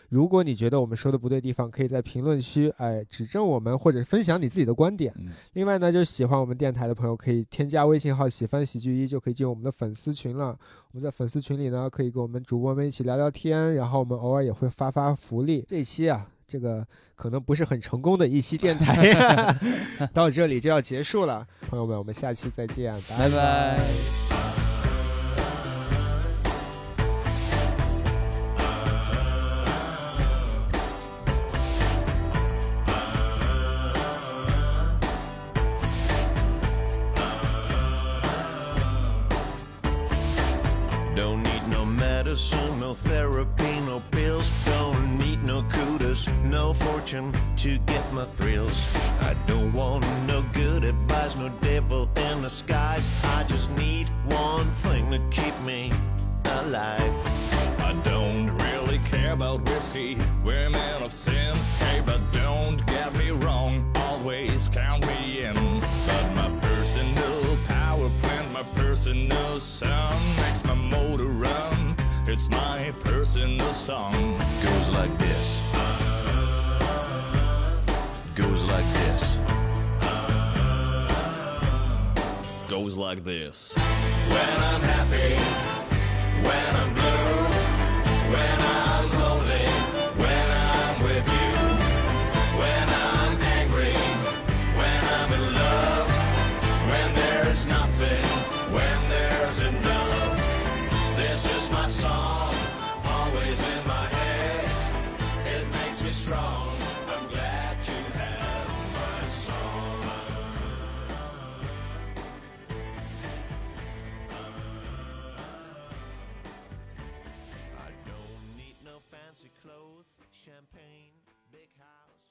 [SPEAKER 2] 如果你觉得我们说的不对地方，可以在评论区哎指正我们，或者分享你自己的观点。
[SPEAKER 4] 嗯
[SPEAKER 2] 另外呢，就是喜欢我们电台的朋友，可以添加微信号“喜欢喜剧一”，就可以进我们的粉丝群了。我们在粉丝群里呢，可以跟我们主播们一起聊聊天，然后我们偶尔也会发发福利。这期啊，这个可能不是很成功的一期电台， 到这里就要结束了，朋友们，我们下期再见，拜拜
[SPEAKER 4] 拜拜。
[SPEAKER 7] Don't need no medicine, no therapy, no pills. Don't need no kudos, no fortune to get my thrills. I don't want no good advice, no devil in the skies. I just need one thing to keep me alive.
[SPEAKER 8] I don't really care about whiskey, women of sin. Hey, but don't get me wrong, always count me in. But my personal power plant, my personal sun makes my motor run. It's my personal song.
[SPEAKER 7] Goes like this. Goes like this.
[SPEAKER 8] Goes like this.
[SPEAKER 7] When I'm happy, when I'm blue, when I'm lonely, when I'm with you, when I'm angry, when I'm in love, when there's nothing, when there's enough. This is my song, always in my head. It makes me strong. I'm glad you have my song. I don't need no fancy clothes, champagne, big house.